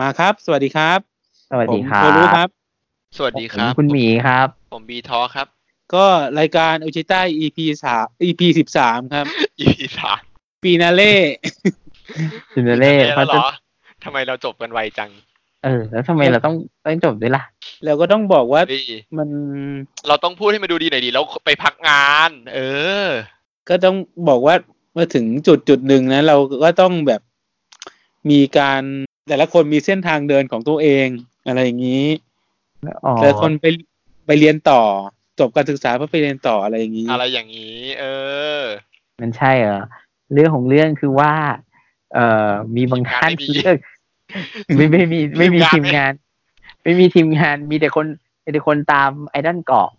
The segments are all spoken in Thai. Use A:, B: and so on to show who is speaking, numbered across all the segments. A: มาครับ สวัสดีครับ
B: สวัสดีครั
A: ผมโทรู้ครับ บ
C: สวัสดีครับ
B: ผมคุณหมีครับ
C: ผมบีทอครับ
A: ก็รายการอุจิต้า EP สาม EP สิบสามครับ
C: EP สาม
A: ปีนาเล่
B: ซินเดอเล่
C: แล้ว
B: เขา
C: เหร
B: จะ
C: อทำไมเราจบกันไวจัง
B: เออ แล้วทำไมเราต้องต้องจบด้วยล่ะ
A: แล้วก็ต้องบอกว่า
C: เฮ้ย
A: มัน
C: เราต้องพูดให้มันดูดีหน่อยดีแล้วไปพักงาน เออ
A: ก็ต้องบอกว่ามาถึงจุดจุดหนึ่งนะ เราก็ต้องแบบมีการแต่ละคนมีเส้นทางเดินของตัวเอง อะไรอย่างนี้
B: อ๋อ
A: แต่ละคนไปไปเรียนต่อ จบการศึกษาเพื่อไปเรียนต่ออะไรอย่างนี้
C: อะไรอย่างนี้ เออ
B: มันใช่เหรอเรื่องของเรื่องคือว่า เอ่อ มีบางท่าน
C: ทีมงานไม่มี
B: เลือกไม่ไม่มีไม่มี
C: ที
B: ที
C: มงาง
B: มาน น ไม่มีทีมงาน มีแต่คนมีแต่คนตามไอดอลเกาะ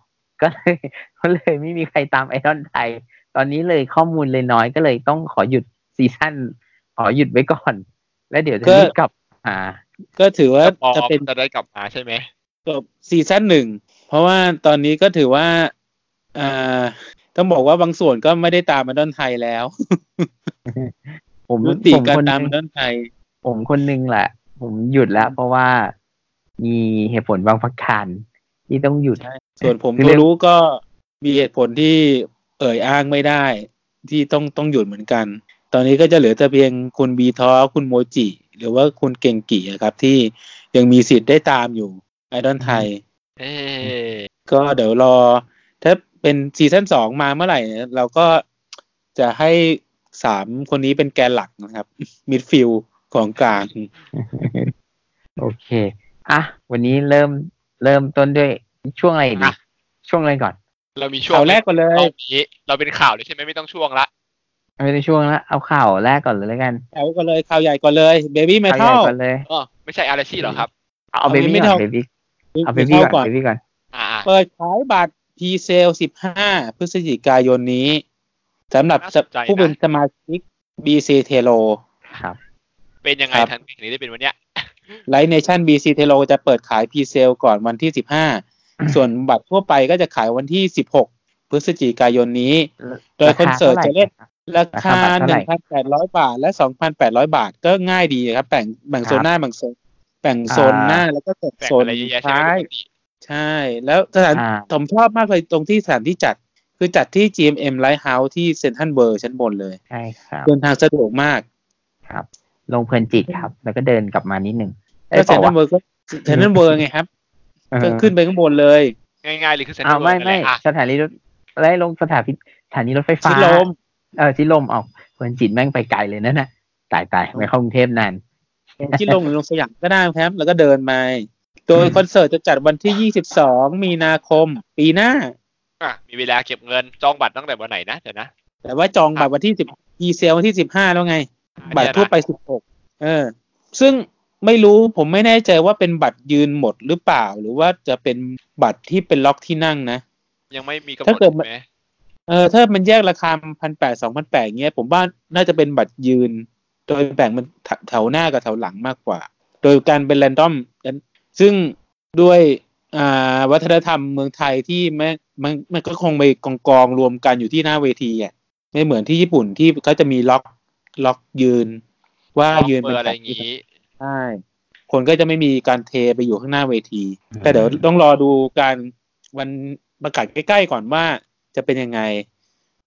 B: ก็เลยก็เลยไม่มีใครตามไอดอลไทย ตอนนี้เลยข้อมูลเลยน้อยก็เลยต้องขอหยุดซีซั่นขอหยุดไว้ก่อน แล้วเดี๋ยวจะรีบกลับมา
A: ก็ถือว่า
C: พอ
A: จะเป็น
C: จะได้กลับมาใช่ไหม
A: จบซีซั่นหนึ่ง เพราะว่าตอนนี้ก็ถือว่าเอ่อต้องบอกว่าบางส่วนก็ไม่ได้ตามมาดอนไทยแล้ว
B: ผม
A: ยุติ
B: ผม
A: การ
B: คน
A: ตามมาดอนไทย
B: ผมคนหนึงแหละ ผมหยุดแล้ว เพราะว่ามีเหตุผลบางประการที่ต้องหยุด
A: ใช่ ส่วนผม
B: คือ
A: ตั
B: เรื่
A: ว
B: อง
A: รู้ก็มีเหตุผลที่เอ่ยอ้างไม่ได้ ที่ต้องต้องหยุดเหมือนกัน ตอนนี้ก็จะเหลือแต่เพียงคุณบีทอคุณโมจิ หรือว่าคุณเก่งกี่อะครับ ที่ยังมีสิทธิ์ได้ตามอยู่ไอดอนไทย
C: เออ
A: ก็เดี๋ยวรอ ถ้าเป็นซีซั่นสองมาเมื่อไหร่เนี่ยเราก็จะให้สามคนนี้เป็นแกนหลักนะครับ มิดฟิลของกลาง
B: โอเคอ่ะวันนี้เริ่มเริ่มต้นด้วยช่วงอะไรดีช่วงอะไรก่อน
C: เรามีช่วง
A: ข่าวแรกก่อนเล
C: ร
A: ย
C: อบนี้เราเป็นข่าวเลยใช่ไหมไม่ต้องช่วงละ
B: เอาเป็นช่วงละเอาข่าวแรกก่อนเลยแล้วกัน
A: ข่าวก่อนเลยข่าวใหญ่ก่อนเลย เบบี้เม
B: ข่าว
A: ทัล
B: ใหญ่ก่อนเลย
C: อ๋อไม่ใช่อาราชีเหรอครับ
B: เอาเบบี้
A: Baby
B: ก่อ
A: Metal
B: นเบบี้เอาเบบี้
A: เข้า
B: ก่
A: ก่
B: อ
A: อน น
B: เบบี้ก่อน
C: อ่า
A: เปิดขายบัตรพีเซล 15 พฤศจิกายนนี้สำหรับผู้เป็นสมาชิก BC t e l o
B: ครับ
C: เป็นยังไง
A: ครับ
C: ทันทีนี้ได้เป็นวันเนี้ย
A: ไลท์เนชั่น BC t e l o จะเปิดขายพีเซลก่อนวันที่ 15 ส่วนบัตรทั่วไปก็จะขายวันที่ 16 พฤศจิกายนนี้ โดยคอนเสิร์ตจะเล่น ราคา
B: ราคาบัตรเท่าไหร่
A: 1,800 บาท และ 2,800 บาทก็ง่ายดีครับ แบ่งแบ่ง
B: ครับ
A: โซนหน้าแบ่งโซนแบ่งโซน
B: อ่า
A: หน้าแล้วก็แบ่ง
C: แบ่ง
A: โซน
C: อะไรเยอะแยะใช่
A: ท้า
C: ไหมป
A: ย
C: กติ
A: ใช่ แล้วสถาน
B: อ่า
A: ผมชอบมากเลยตรงที่สถานที่จัด คือจัดที่ GMM Lighthouse ที่เซนทันเบอร์ชั้นบนเลย
B: ใช่ครับ
A: เดินทางสะดวกมาก
B: ครับ ลงเพลินจิตครับ แล้วก็เดินกลับมานิดหนึ่งได้
A: แล้วเซน
B: เป
A: ทั
B: ล่าวะ
A: นเบอร์ก็เซนทันเบอร์ไงครับ
B: เออ
A: ก็ขึ้นไปข้างบนเลย
C: ง่ายๆเลยคือเซนทรั
B: อ้า
C: ล
B: ว
C: เวิ
B: ไม่
C: ลด์นั่น
B: ไม่
C: แหละอ่ะ
B: สถานีรถไล่ลงสถานีสถานีรถไฟฟ้า
A: ชิดลม
B: เออชิดลมออกเพลินจิตแม่งไปไกลเลยนั่นน่ะตายตายไม่เข้ากรุงเทพนาน
A: ที่ลงหรือลงสยามก็ได้ครับ แล้วก็เดินมาโดยคอนเสิร์ตจะจัดวันที่ 22 มีนาคมปีหน้า
C: อ่ะมีเวลาเก็บเงินจองบัตรตั้งแต่วันไหนนะเดี๋ยวนะ
A: แต่ว่าจองบัตรวันที่ 10อีเซลวันที่ 15 แล้วไง บัตรทั่วไป 16 เออ ซึ่งไม่รู้ผมไม่แน่ใจว่าเป็นบัตรยืนหมดหรือเปล่า หรือว่าจะเป็นบัตรที่เป็นล็อกที่นั่งนะ
C: ยังไม่มีกำหน
A: ถ้า
C: ด
A: เกิดมัน
C: ใช่ไหม
A: เออถ้ามันแยกราคาพันแปดสองพันแปดเงี้ย ผมว่าน่าจะเป็นบัตรยืน โดยแบ่งเป็นแถวหน้ากับแถวหลังมากกว่า โดยการเป็นแรนดอมซึ่งด้วยอ่าวัฒนธรรมเมืองไทยที่แม่มันมันก็คงไปกองกองๆรวมกันอยู่ที่หน้าเวทีอ่ะไม่เหมือนที่ญี่ปุ่นที่เขาจะมีล็อกล็อกยืน ว่า
C: ล็อก
A: ยืน
C: เบ
A: เป็
C: อน ร์
A: แถ
C: อะไร
A: ว
C: อย่างนี้
A: ใช่คนก็จะไม่มีการเทไปอยู่ข้างหน้าเวที
B: อืม
A: แต่เดี๋ยวต้องรอดูการวันประกาศใกล้ๆก่อนว่าจะเป็นยังไง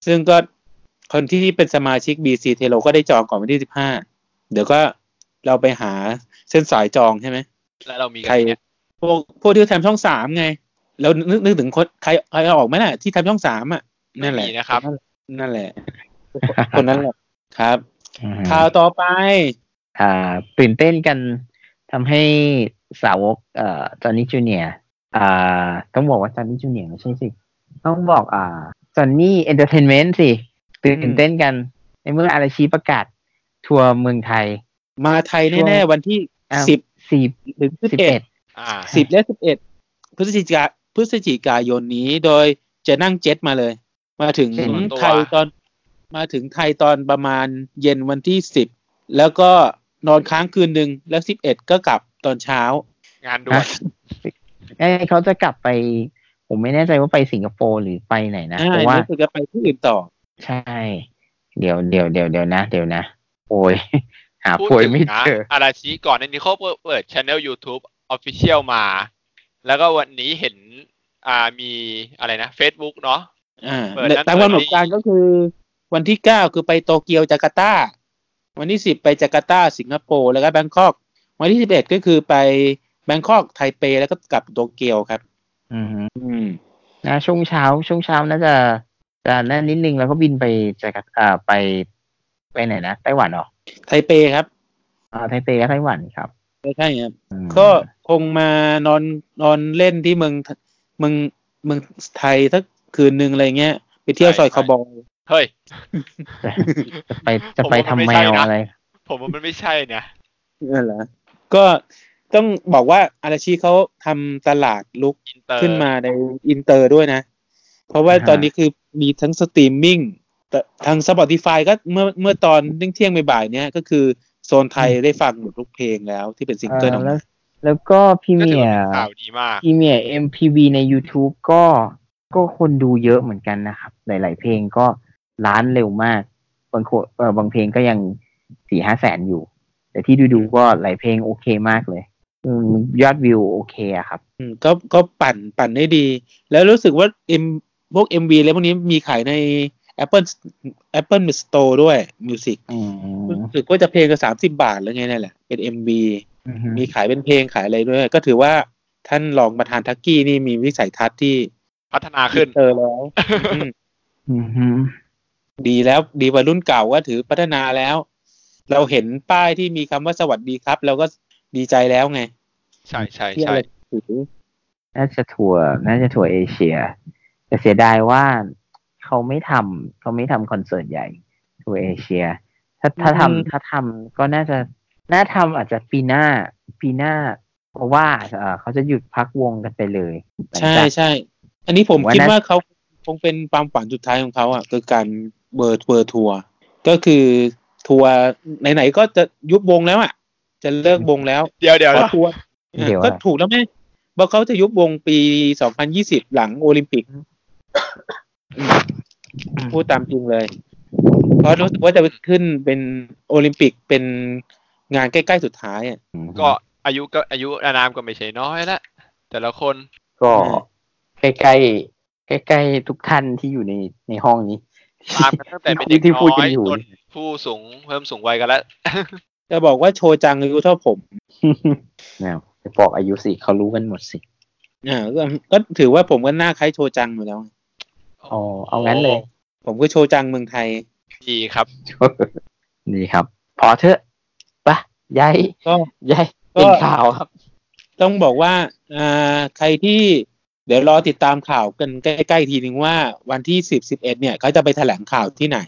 A: ซึ่งก็คนที่เป็นสมาชิก BC t e l o ก็ได้จองก่อนวันที่ 15 เดี๋ยวก็เราไปหาเส้นสายจองใช่ไหม
C: แล้วเรามีกั
A: ใคร
C: นเนี่ย
A: พวกพวกที่ทำช่องสามไง แล้วนึกนึกถึงคนใครใครออกไหมน่ะ ที่ทำช่องสามอ่ะ นั่นแหละ
C: มีนะครับ
A: นั่นแหละ คนนั้นแหละ ครับ ข่าวต่อไป
B: อ่าตื่นเต้นกันทำให้สาวกเอ่อจอห์นนี่จูเนียร์อ่าต้องบอกว่าจอห์นนี่จูเนียร์ไม่ใช่สิ ต้องบอกอ่าจอห์นนี่เอนเตอร์เทนเมนต์สิตื่นเต้นกัน ในเมื่ออาราชีประกาศ ทัวร์เมืองไทย
A: มาไทยแน่ๆวันที่
B: อ้าว
A: สิบ
B: สี่
A: ถึงสิบ
B: สิบ
A: เอ็ด
B: เอ็ด
C: อ่า
A: สิบและสิบเอ็ดพฤศจิกาพฤศจิกายนนี้โดยจะนั่งเจ็ตมาเลย มาถึง
B: เจ็ต
A: ไทย
C: ตัว
A: ตอนมาถึงไทยตอนประมาณเย็นวันที่สิบแล้วก็นอนค้างคืนหนึ่งแล้วสิบเอ็ดก็กลับตอนเช้า
C: งานด่วน
B: เอ้ยเขาจะกลับไป ผมไม่แน่ใจว่าไปสิงคโปร์หรือไปไหนนะ
A: อ่า
B: เพราะว่า
A: รู้สึกจะไปที่อื่นต่อ
B: ใช่ เดี๋ยวเดี๋ยวเดี๋ยวเดี๋ยวนะ เดี๋ยวนะ โอ้ย หา
C: พูด
B: ป่วย
C: ถึง
B: ไม่
C: นะ
B: เจอ
C: อาราชิก่อนในนี้เขาเปิดช anel YouTube Official มา แล้วก็วันนี้เห็นอ่ามีอะไรนะ Facebook เนาะ
A: อ่า
C: เปิดนั้น
A: ตามกำหนดการก็คือ วันที่เก้าคือไปโตเกียวจาการ์ตา วันที่สิบไปจาการ์ตาสิงคโปร์แล้วก็แบงคอก วันที่สิบเอ็ดก็คือไปแบงคอกไทเปแล้วก็กลับโตเกียวครับ
B: อือฮึ
A: อืม
B: นะช่วงเช้า ช่วงเช้าน่าจะจะแน่นนิดนึงแล้วก็บินไปจาการ์ตอ่าไปไปไหนนะไต้หวันเหรอ
A: ไทเปครับ
B: อ่าไทเปกับไต้หวันครับ
A: ใช่ครับ
B: อืม
A: ก็คงมานอนนอนเล่นที่เมืองเมืองเมืองไทยสักคืนหนึ่งอะไรเงี้ย ไปเที่ยวซอย
C: ใช่
A: คาร์บอย
C: เฮ้ย
B: จะจะไปจะไปทำ
C: ผมว่ามันไม่
B: แมว
C: ใช่นะ
B: อะไร
C: ผมว่ามันไม่ใช่นะ
A: นั่นแหละก็ต้องบอกว่าอาราชีเขาทำตลาดลุก
C: อินเตอร์
A: ขึ้นมาในอินเตอร์ด้วยนะ เพราะว่า
B: อ่าฮะ
A: ตอนนี้คือมีทั้งสตรีมมิ่งแต่ทาง Spotify ก็เมื่อเมื่อตอนเที่ยงเที่ยงๆบ่ายๆเนี้ยก็คือโซนไทยได้ฟังหมดทุกเพลงแล้วที่เป็นซิงเกิลออ
B: อ่า
A: ก
B: แล้
A: มาว
B: แล้วก็พี่
C: ก็
B: เมี
C: ถือย ว่าเป็นข่าวดีมาก
B: พรีเมียร์ MPV ใน YouTube ก็ก็คนดูเยอะเหมือนกันนะครับ หลาย ๆ เพลงก็ล้านเร็วมาก บางคนเออบางเพลงก็ยังสี่ห้าแสนอยู่ แต่ที่ดูๆก็หลายเพลงโอเคมากเลยอืมยอดวิวโอเคอะครับ
A: อืมก็ก็ปั่นปั่นได้ดี แล้วรู้สึกว่าเอ็มพวก MV แล้วพวกนี้มีขายใน Apple Apple Store ด้วย Music
B: อืม
A: รู้สึกว่าจะเพลงก็สามสิบาทหรือไงนั่นแหละ เป็น MV
B: อือฮึ
A: มีขายเป็นเพลงขายอะไรด้วย ก็ถือว่าท่านรองประธานทักกี้นี่มีวิสัยทัศน์ที่
C: พัฒนาขึ้น
A: เจอแล้ว อืม
B: อือฮึ
A: ดีแล้วดีกว่ารุ่นเก่าก็ถือพัฒนาแล้ว เราเห็นป้ายที่มีคำว่าสวัสดีครับ เราก็ดีใจแล้วไง
C: ใช่ใช่
A: ที่อะ
C: ใช่
A: ไรถือ
B: น่าจะถั่วร์น่าจะถั่วร์เอเชีย แต่เสียดายว่าเขาไม่ทำเขาไม่ทำคอนเสิร์ตใหญ่ทั่วร์เอเชีย ถ้าถ้าทำถ้าทำก็น่าจะน่าทำอาจจะปีหน้าปีหน้า เพราะว่าเอ่อเขาจะหยุดพักวงกันไปเลยหลัง
A: ใช่
B: จาก
A: ใช่ อันนี้ผม
B: ผมว่า
A: คิด
B: น่า
A: ว่าเขาคงเป็นความฝันสุดท้ายของเขาอ่ะคือการเบิร์ดเบิร์ทัวร์ก็คือทัวร์ไหนๆก็จะยุบวงแล้วอ่ะ จะเลิกวงแล้ว
C: เดี๋ยวเดี๋ยว
A: ขอ
C: นะ
A: ทัวร์
B: เดี๋ยว
A: ก็
B: อะไร
A: ถูกแล้วไหมบอกเขาจะยุบวงปี 2020 หลังโอลิมปิก พูดตามจริงเลย เพราะรู้สึกว่าจะไปขึ้นเป็นโอลิมปิกเป็นงานใกล้ๆสุดท้ายอ่ะ
C: ก็อายุก็อายุอานามก็ไม่ใช่น้อยละแต่ละคน
B: ก็ใกล้ใกล้ใกล้ๆใกล้ๆทุกท่านที่อยู่ในในห้องนี้
C: ตามกันตั้งแต่เป็นเด็ก
B: ที่
C: น้
B: พูดกั
C: อน ย
B: อยู่
C: จนผู้สูงเพิ่มสูงวัยกันแล้ว
A: จะบอกว่าโชว์จังอายุเท่าผม
B: นะจะบอกอายุ สิเขารู้กันหมดสิ
A: อ่าก็ก็ถือว่าผมก็หน้าคล้ายโชว์จังอยู่แล้ว
B: อ๋อเอางั้นเลย
A: ผมก็โชว์จังเมืองไทย
C: ดีครับ
B: ดีครับ พอเถอะปะย้าย
A: ก็
B: ย้าย
A: ก็
B: เป็นข่าวครับ
A: ต้องบอกว่าอ่าใครที่เดี๋ยวรอติดตามข่าวกันใกล้ๆทีนึงว่าวันที่สิบสิบเอ็ดเนี่ยเขาจะไปแถลงข่าวที่ไหน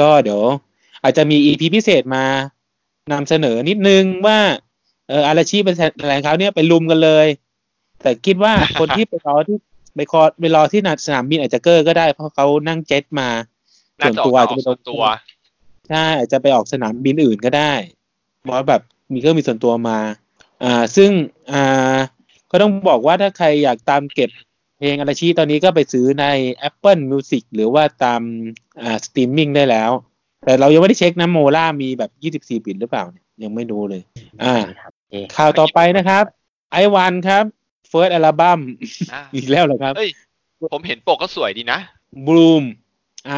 A: ก็เดี๋ยว อาจจะมีอีพีพิเศษมานำเสนอนิดนึงว่าเอออาราชีพไปแถลงข่าวเนี่ยไปลุมกันเลย แต่คิดว่า คนที่ไปรอที่ไปคอไปรอที่สนามบินอาจจะเกอร์ก็ได้เพราะเขานั่งเจ็ตมา
C: น่าจะออก
A: อาจ
C: มา
A: จะ
C: ออก
A: ไป
C: ส่วนตัว
A: ใช่อาจจะไปออกสนามบินอื่นก็ได้เพราะแบบมีเครื่องมีส่วนตัวมา อ่าซึ่งอ่าก็ต้องบอกว่าถ้าใครอยากตามเก็บเพลงอาราชีตอนนี้ก็ไปซื้อใน Apple Music หรือว่าตามอ่าสตรีมมิ่งได้แล้ว แต่เรายังไม่ได้เช็คนะโมล่ามีแบบ 24 ปิดหรือเปล่าเนี่ยยังไม่ดูเลย อ่า
B: เอ๊ะ
A: ข่าวต่อไปนะครับไอวันครับ First Album
C: อ่ะ
A: อีกแล้วเหรอครับ
C: เอ้ย ผมเห็นปกก็สวยดีนะ
A: บลูมไอ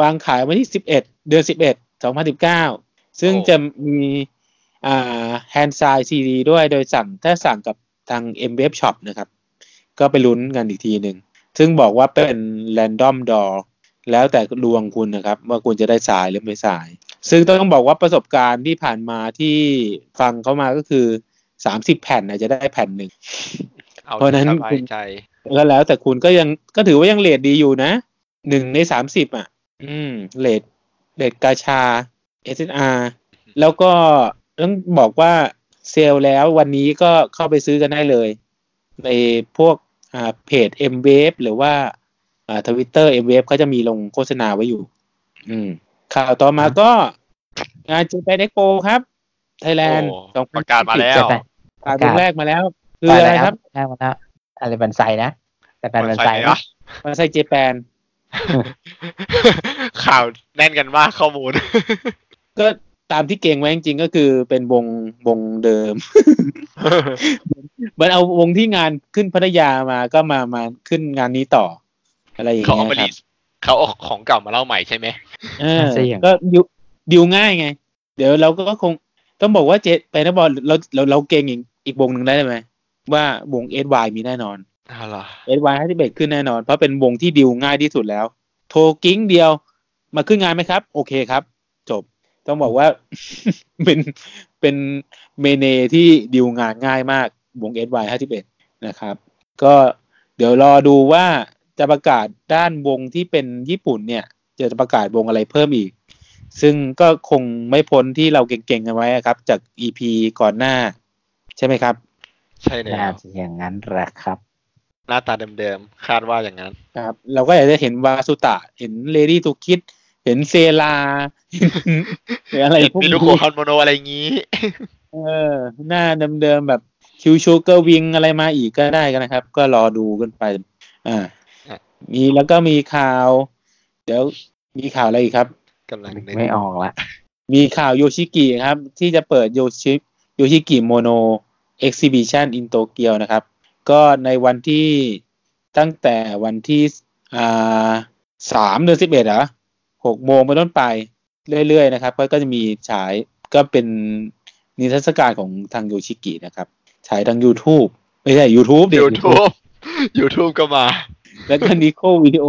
A: วางขายวันที่ 11 เดือน 11 2019 ซึ่ง
C: โอ้
A: จะมีอ่าแฮนด์ไซซีดีด้วยโดยสั่งถ้าสั่งกับทาง m w e b Shop นะครับ ก็ไปลุ้นกันอีกทีหนึ่ง ซึ่งบอกว่าเป็น Random Door แล้วแต่ดวงคุณนะครับ ว่าคุณจะได้สายหรือไม่สาย ซึ่งต้องบอกว่าประสบการณ์ที่ผ่านมาที่ฟังเข้ามาก็คือ 30 แผ่นอาจจะได้แผ่นหนึ่ง
C: เอา
A: เพราะฉะนั้น
C: สบา
A: คุ
C: ย
A: ณ
C: ใจ
A: ก็แล้วแต่คุณก็ยังก็ถือว่ายังเลทดีอยู่นะหนึ่งในสามสิบอ่ะ อืมเลทเลทกาชา s n r แล้วก็ต้องบอกว่าเซลล์แล้ววันนี้ก็เข้าไปซื้อกันได้เลย ในพวกอ่าเพจ m w a v e หรือว่าอ่าทวิตเตอร์ m w a v e เขาจะมีลงโฆษณาไว้อยู่ อืม ข่าวต่อมาก็งาน Japan Expo ครับ ไทยแลนด์
C: โอ้ประกาศมาแล้ว
B: จะไป
A: ประกาศแรกมาแล้ว คือ
B: ไป
A: อะไร
B: แล้ว
A: ครับ
B: ได้มาแล้วอะไรบันไซนะแต่การบันไซ
C: ไหน
B: นะ
C: วะ
A: มาไซเจแปน
C: ข่าวแน่นกันมากข้อมูล
A: ก็ ตามที่เก่งไว้จริงๆก็คือเป็นวงวงเดิม มันเอาวงที่งานขึ้นพัทยามาก็มามาขึ้นงานนี้ต่อ อะไรอย่าง
C: เขา
A: เงี้
C: เอา
A: ยค
C: มา
A: รั
C: รี
A: บ
C: เขาเอาของเก่ามาเล่าใหม่ใช่ไหม
A: เออ
B: น่าจะอย่าง
A: ก็ดิวดิวง่ายไง เดี๋ยวเราก็คงต้องบอกว่าเจไปนะบอลเราเราเราเก่งอีกอีกวงหนึ่งได้ไหมว่าวงเอสวมีแน่นอน
C: อ๋อเหรอ
A: เอ็ดวายห้าสิบเอ็ดขึ้นแน่นอน เพราะเป็นวงที่ดิวง่ายที่สุดแล้ว โทรกิ้งเดียว มาขึ้นงานไหมครับ โอเคครับ จบ ต้องบอกว่า เป็นเป็นเมเนที่ดิวงานง่ายมากวงเอ็ดวายห้าสิบเอ็ดนะครับ ก็เดี๋ยวรอดูว่าจะประกาศด้านวงที่เป็นญี่ปุ่นเนี่ย จะประกาศวงอะไรเพิ่มอีก ซึ่งก็คงไม่พ้นที่เราเก่งๆกันไว้อะครับ จาก EP ก่อนหน้า ใช่ไหมครับ
C: ใช่เลย
B: น่าจะอย่างนั้นแหละครับ
C: หน้าตาเดิมๆคาดว่าอย่างนั้น
A: ครับเราก็อยากจะเห็นวาสุตะ เห็นเลดี้ทูคิด เห็นเซลา เห็นอะไรพวก
C: มีลูก
A: นี้
C: โคคอนโมโนอะไรอย่างนี้
A: เออ หน้าเดิมๆแบบคิวชูเกอร์วิงอะไรมาอีกก็ได้กันนะครับ ก็รอดูกันไป อ่า
C: อ่ะ
A: มีแล้วก็มีข่าว เดี๋ยวมีข่าวอะไรอีกครับ
C: กำลังนึก
B: ไม่ออกละ
A: มีข่าวโยชิกิครับ ที่จะเปิดโยชิโยชิกิโมโนเอ็กซิบิชันอินโตเกียวนะครับ ก็ในวันที่ตั้งแต่วันที่อ่าสามเดือนสิบเอ็ดเหรอหกโมงเป็นต้นไปเรื่อยๆนะครับ ก็ก็จะมีฉายก็เป็นนิทรรศการของทางโยชิกินะครับ ฉายทาง YouTube ไม่ใช่ YouTube ดิ
C: ยูทูบยูทูบก็มา
A: แล้วก็นิโควิดีโอ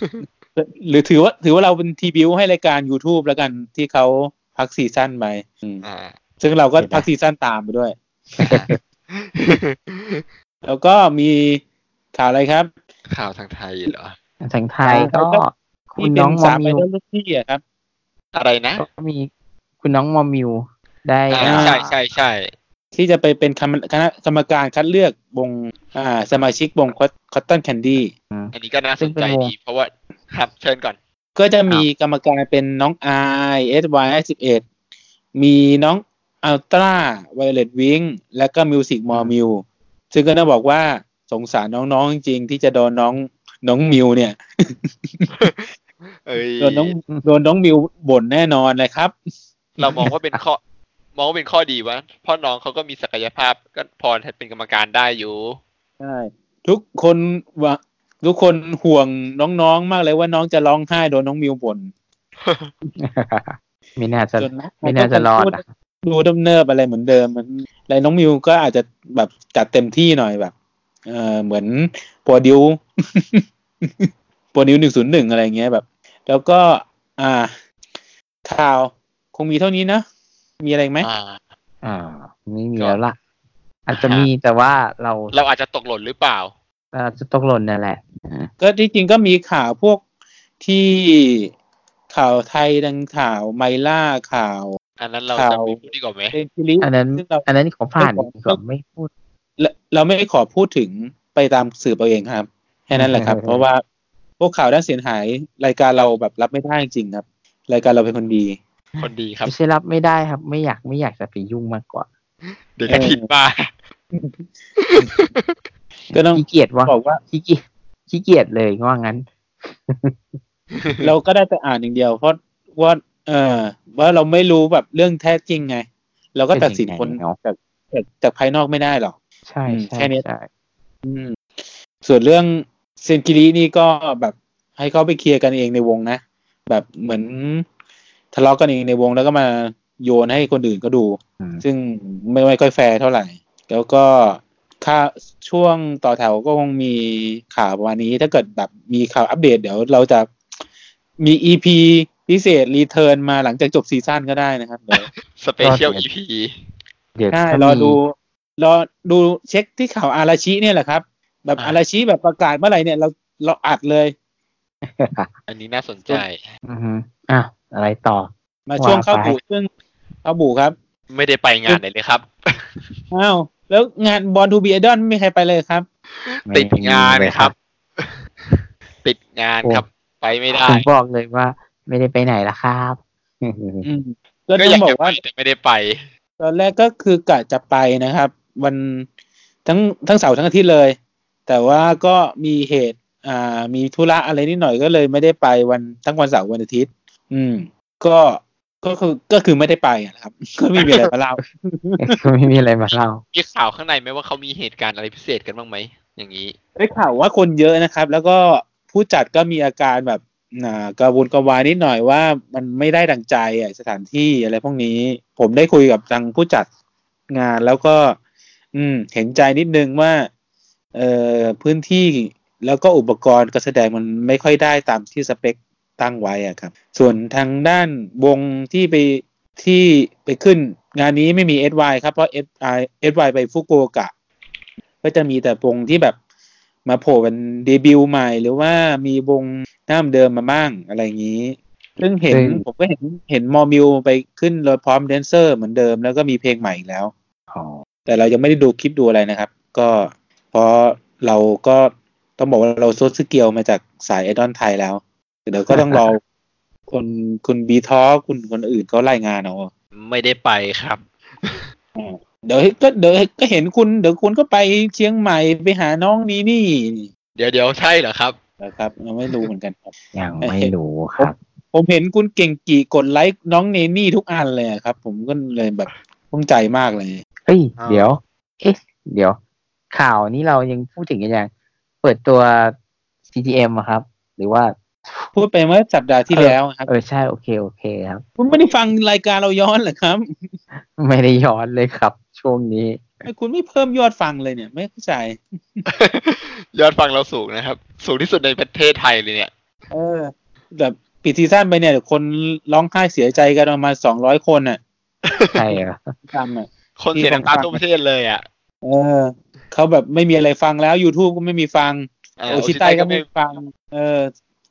A: หรือถือว่าถือว่าเราเป็นทีบิวให้รายการ YouTube แล้วกันที่เขาพักซีซั่นไปอืม
C: อ่า
A: ซึ่งเราก็พักซีซั่นตามไปด้วย แล้วก็มีข่าวอะไรครับ
C: ข่าวทางไทยเหรอ
B: ทางไทยก็ คุ
A: ที่
B: ณ
A: เป็
B: น้อน งมอ
A: สาม
B: ม
A: ไป
B: มิว
A: เรื่องที่อะครับ
C: อะไรนะ
B: ก็มีคุณน้องมอมมิวได้
C: อ่า
A: อ่า
C: ใช่ใช่ใช่
A: ที่จะไปเป็นคณะคณะกรรมการคัดเลือกวงอ่าสมาชิกวงคอตตันแคนดี้
B: อืม
C: อันนี้ก็น่าสนใจ
B: ซึ่งเป็นวง
C: ดี เพราะว่าครับเชิญก่อน
A: ก็จะมีกรรมการเป็นน้องอายเอสวายสิบเอ็ดมีน้องอัลตราไวเลตวิงและก็มิวสิกมอมิวซึ่งก็น่าบอกว่าสงสารน้องๆจริงๆที่จะโดนน้องน้องมิวเนี่ย
C: เอ้ย
A: โดนน้องโดนน้องมิวบ่นแน่นอนเลยครับ
C: เรามองว่าเป็นข้อ มองว่าเป็นข้อดีวะเพ่อน้องเขาก็มีศักยภาพก็พอเป็นกรรมการได้อยู่
A: ใช่ทุกคนว่าทุกคนห่วงน้องๆมากเลยว่าน้องจะร้องไห้โดนน้องมิวบ่น
B: ไม่น่าจะ
A: จนนะ
B: ไม่น่าจะรอดอะ
A: ดูดำเนิบอะไรเหมือนเดิมมันอะไรน้องมิวก็อาจจะแบบจัดเต็มที่หน่อยแบบ เออเหมือน โปรดิว โปรดิวหนึ่งศูนย์หนึ่งอะไรเงี้ยแบบ แล้วก็ อ่าข่าวคงมีเท่านี้นะ มีอะไรอีกไหม
C: อ่า
B: อ่าไม่มีแล้วล่ะ อาจจะมีแต่ว่าเรา
C: เราอาจจะตกหล่นหรือเปล่า
B: เราจะตกหล่นนั่นแหละ
A: ก็ที่จริงก็มีข่าวพวกที่ข่าวไทยดังข่าวไมล่าข่าว
C: อันนั้นเรา
A: ข่าว
C: จะไม่พูดดีกว่าไหม
A: เซนจูริ
B: อันนั้น
A: ซึ่งเรา
B: อันนั้นขอผ่าน
A: ไม่ขอ
B: ดีกว่าไม่พูด
A: เราเราไม่ขอพูดถึงไปตามสื่อเอาเองครับ แค่นั้นแหละครับ เพราะว่าพวกข่าวด้านเสียหายรายการเราแบบรับไม่ได้จริงๆครับ รายการเราเป็นคนดี
C: คนดีครับ
B: ไม่ใช่รับไม่ได้ครับ ไม่อยากไม่อยากจะไปยุ่งมากกว่า
C: เดี๋ยวจะผิดมา
A: ก็ต้อง
B: ขี้เกียจว่า
A: บอกว่า
B: ขี้เกียจขี้เกียจเลยว่างั้น
A: เราก็ได้แต่อ่านอย่างเดียว เพราะว่า เออว่าเราไม่รู้แบบเรื่องแท้จริงไง เราก็ตัดสินคน
B: เป็นยังไงเนอะ
A: จากจากจากภายนอกไม่ได้หรอก
B: ใช่
A: อืม
B: ใช่
A: แค่นี้
B: ใช่
A: อืม ส่วนเรื่องเซนกิรินี่ก็แบบให้เขาไปเคลียร์กันเองในวงนะ แบบเหมือนทะเลาะกันเองในวงแล้วก็มาโยนให้คนอื่นก็ดู
B: อืม
A: ซึ่งไม่ไม่ค่อยแฟร์เท่าไหร่ แล้วก็ค่าช่วงต่อแถวก็คงมีข่าวประมาณนี้ ถ้าเกิดแบบมีข่าวอัปเดต เดี๋ยวเราจะมี EP พิเศษรีเทิร์นมาหลังจากจบซีซั่นก็ได้นะครับเดี๋ยว
C: สเปเชียลอีพี
B: เดี๋ยว
A: ใช่
B: ถ้าร
A: อ
B: มี
A: ดูรอดูเช็คที่ข่าวอาราชิเนี่ยแหละครับ แบบ
C: ะ
A: อาราชิแบบประกาศเมื่อไหร่เนี่ยเราเราอัดเลย
C: อันนี้น่าสนใจ
B: อือฮึอ่ะอะไรต่อ
A: มาช่วง
B: ว่าไป
A: เข้าบู่ซึ่งเข้าบู่ครับ
C: ไม่ได้ไปงานไหนเลยครับ
A: อ้าวแล้วงานบอลทูบีไอดอนไม่มีใครไปเลยครับ
C: ติดงานครับ ติดงาน
B: โอ้
C: ครับ ไปไม่ได้
B: ผมบอกเลยว่า ไม่ได้ไปไหนละครับ
A: อืมก็
C: ก็
A: ต้อย
C: อาก
A: งบอ
C: จะ
A: กว่า
C: ไปแต่ไม่ได้ไป
A: ตอนแรกก็คือกะจะไปนะครับ วันทั้งทั้งเสาร์ทั้งอาทิตย์เลย แต่ว่าก็มีเหตุอ่ามีธุระอะไรนิดหน่อยก็เลยไม่ได้ไปวันทั้งวันเสาร์วันอาทิตย์ อืม ก็ ก็คือก็คือไม่ได้ไปอะนะครับ ก็ไม่มีอะไรมาเล่า
B: ก็ไม่มีอะไรมาเล่า
C: มีข่าวข้างในไหมว่าเขามีเหตุการณ์อะไรพิเศษกันบ้างไหมอย่างนี้
A: ได้ข่าวว่าคนเยอะนะครับ แล้วก็ผู้จัดก็มีอาการแบบอ่ากระวนกระวายนิดหน่อยว่ามันไม่ได้ดังใจอ่ะสถานที่อะไรพวกนี้ ผมได้คุยกับทางผู้จัดงานแล้วก็ อืม เห็นใจนิดนึงว่า เอ่อพื้นที่แล้วก็อุปกรณ์การแสดงมันไม่ค่อยได้ตามที่สเปคตั้งไว้อะครับ ส่วนทางด้านวงที่ไปที่ไปขึ้น งานนี้ไม่มี SY ครับเพราะ SY SY ไปฟุกุโอกะ ก็จะมีแต่วงที่แบบมาโผล่เป็นเดบิวต์ใหม่ หรือว่ามีวงหน้าเดิมมาบ้างอะไรอย่างนี้ ซึ่งเห็น
B: ซึ่ง
A: ผมก็เห็นเห็นมอมิวไปขึ้นโดยพร้อมแดนเซอร์เหมือนเดิมแล้วก็มีเพลงใหม่อีกแล้ว
B: อ๋อ
A: แต่เรายังไม่ได้ดูคลิปดูอะไรนะครับ ก็เพราะเราก็ต้องบอกว่าเราซดสเกิลมาจากสายไอดอลไทยแล้ว เดี๋ยวก็ต้องรอ คนคุณบีท้อคุณคนอื่นเขารายงานเอา
C: ไม่ได้ไปครับ
A: เดี๋ยวก็เดี๋ยวก็เห็นคุณ เดี๋ยวคุณก็ไปเชียงใหม่ไปหาน้องนี้นี่
C: เดี๋ยวเดี๋ยวใช่เหรอครับ
A: นะครับเราไม่รู้เหมือนกันครับ
B: ยังไม่รู้ครับ
A: ผมเห็นคุณเก่งกี่กดไลค์น้องเนนี่ทุกอันเลยอะครับ ผมก็เลยแบบภูมิใจมากเลย
B: เอ้ย
C: อ่า
B: เดี๋ยว เอ๊ะ เดี๋ยว ข่าวนี้เรายังพูดถึงกันยังเปิดตัว CGM อะครับ หรือว่า
A: พูดไปเมื่อสัปดาห์ที่แล้วครับ
B: เออใช่โอเคโอเคครับ
A: คุณไม่ได้ฟังรายการเราย้อนเหรอครับ
B: ไม่ได้ย้อนเลยครับ ช่วงนี้
A: ไอ้คุณไม่เพิ่มยอดฟังเลยเนี่ย ไม่เข้าใจ
C: ยอดฟังเราสูงนะครับ สูงที่สุดในประเทศไทยเลยเนี่ย
A: เออแบบปิดซีซั่นไปเนี่ยเดี๋ยวคนร้องไห้เสียใจกันประมาณสองร้อยคนน่ะ
B: ใช่เหรอ
A: จำอ่ะ
C: คนเสียน้ำตาทั่วประเทศเลยอ่ะ
A: เออเขาแบบไม่มีอะไรฟังแล้ว YouTube ก็ไม่มีฟัง
C: เอ่อ
A: โอชิไตก็ไม่
C: ไม่
A: มีฟัง เออ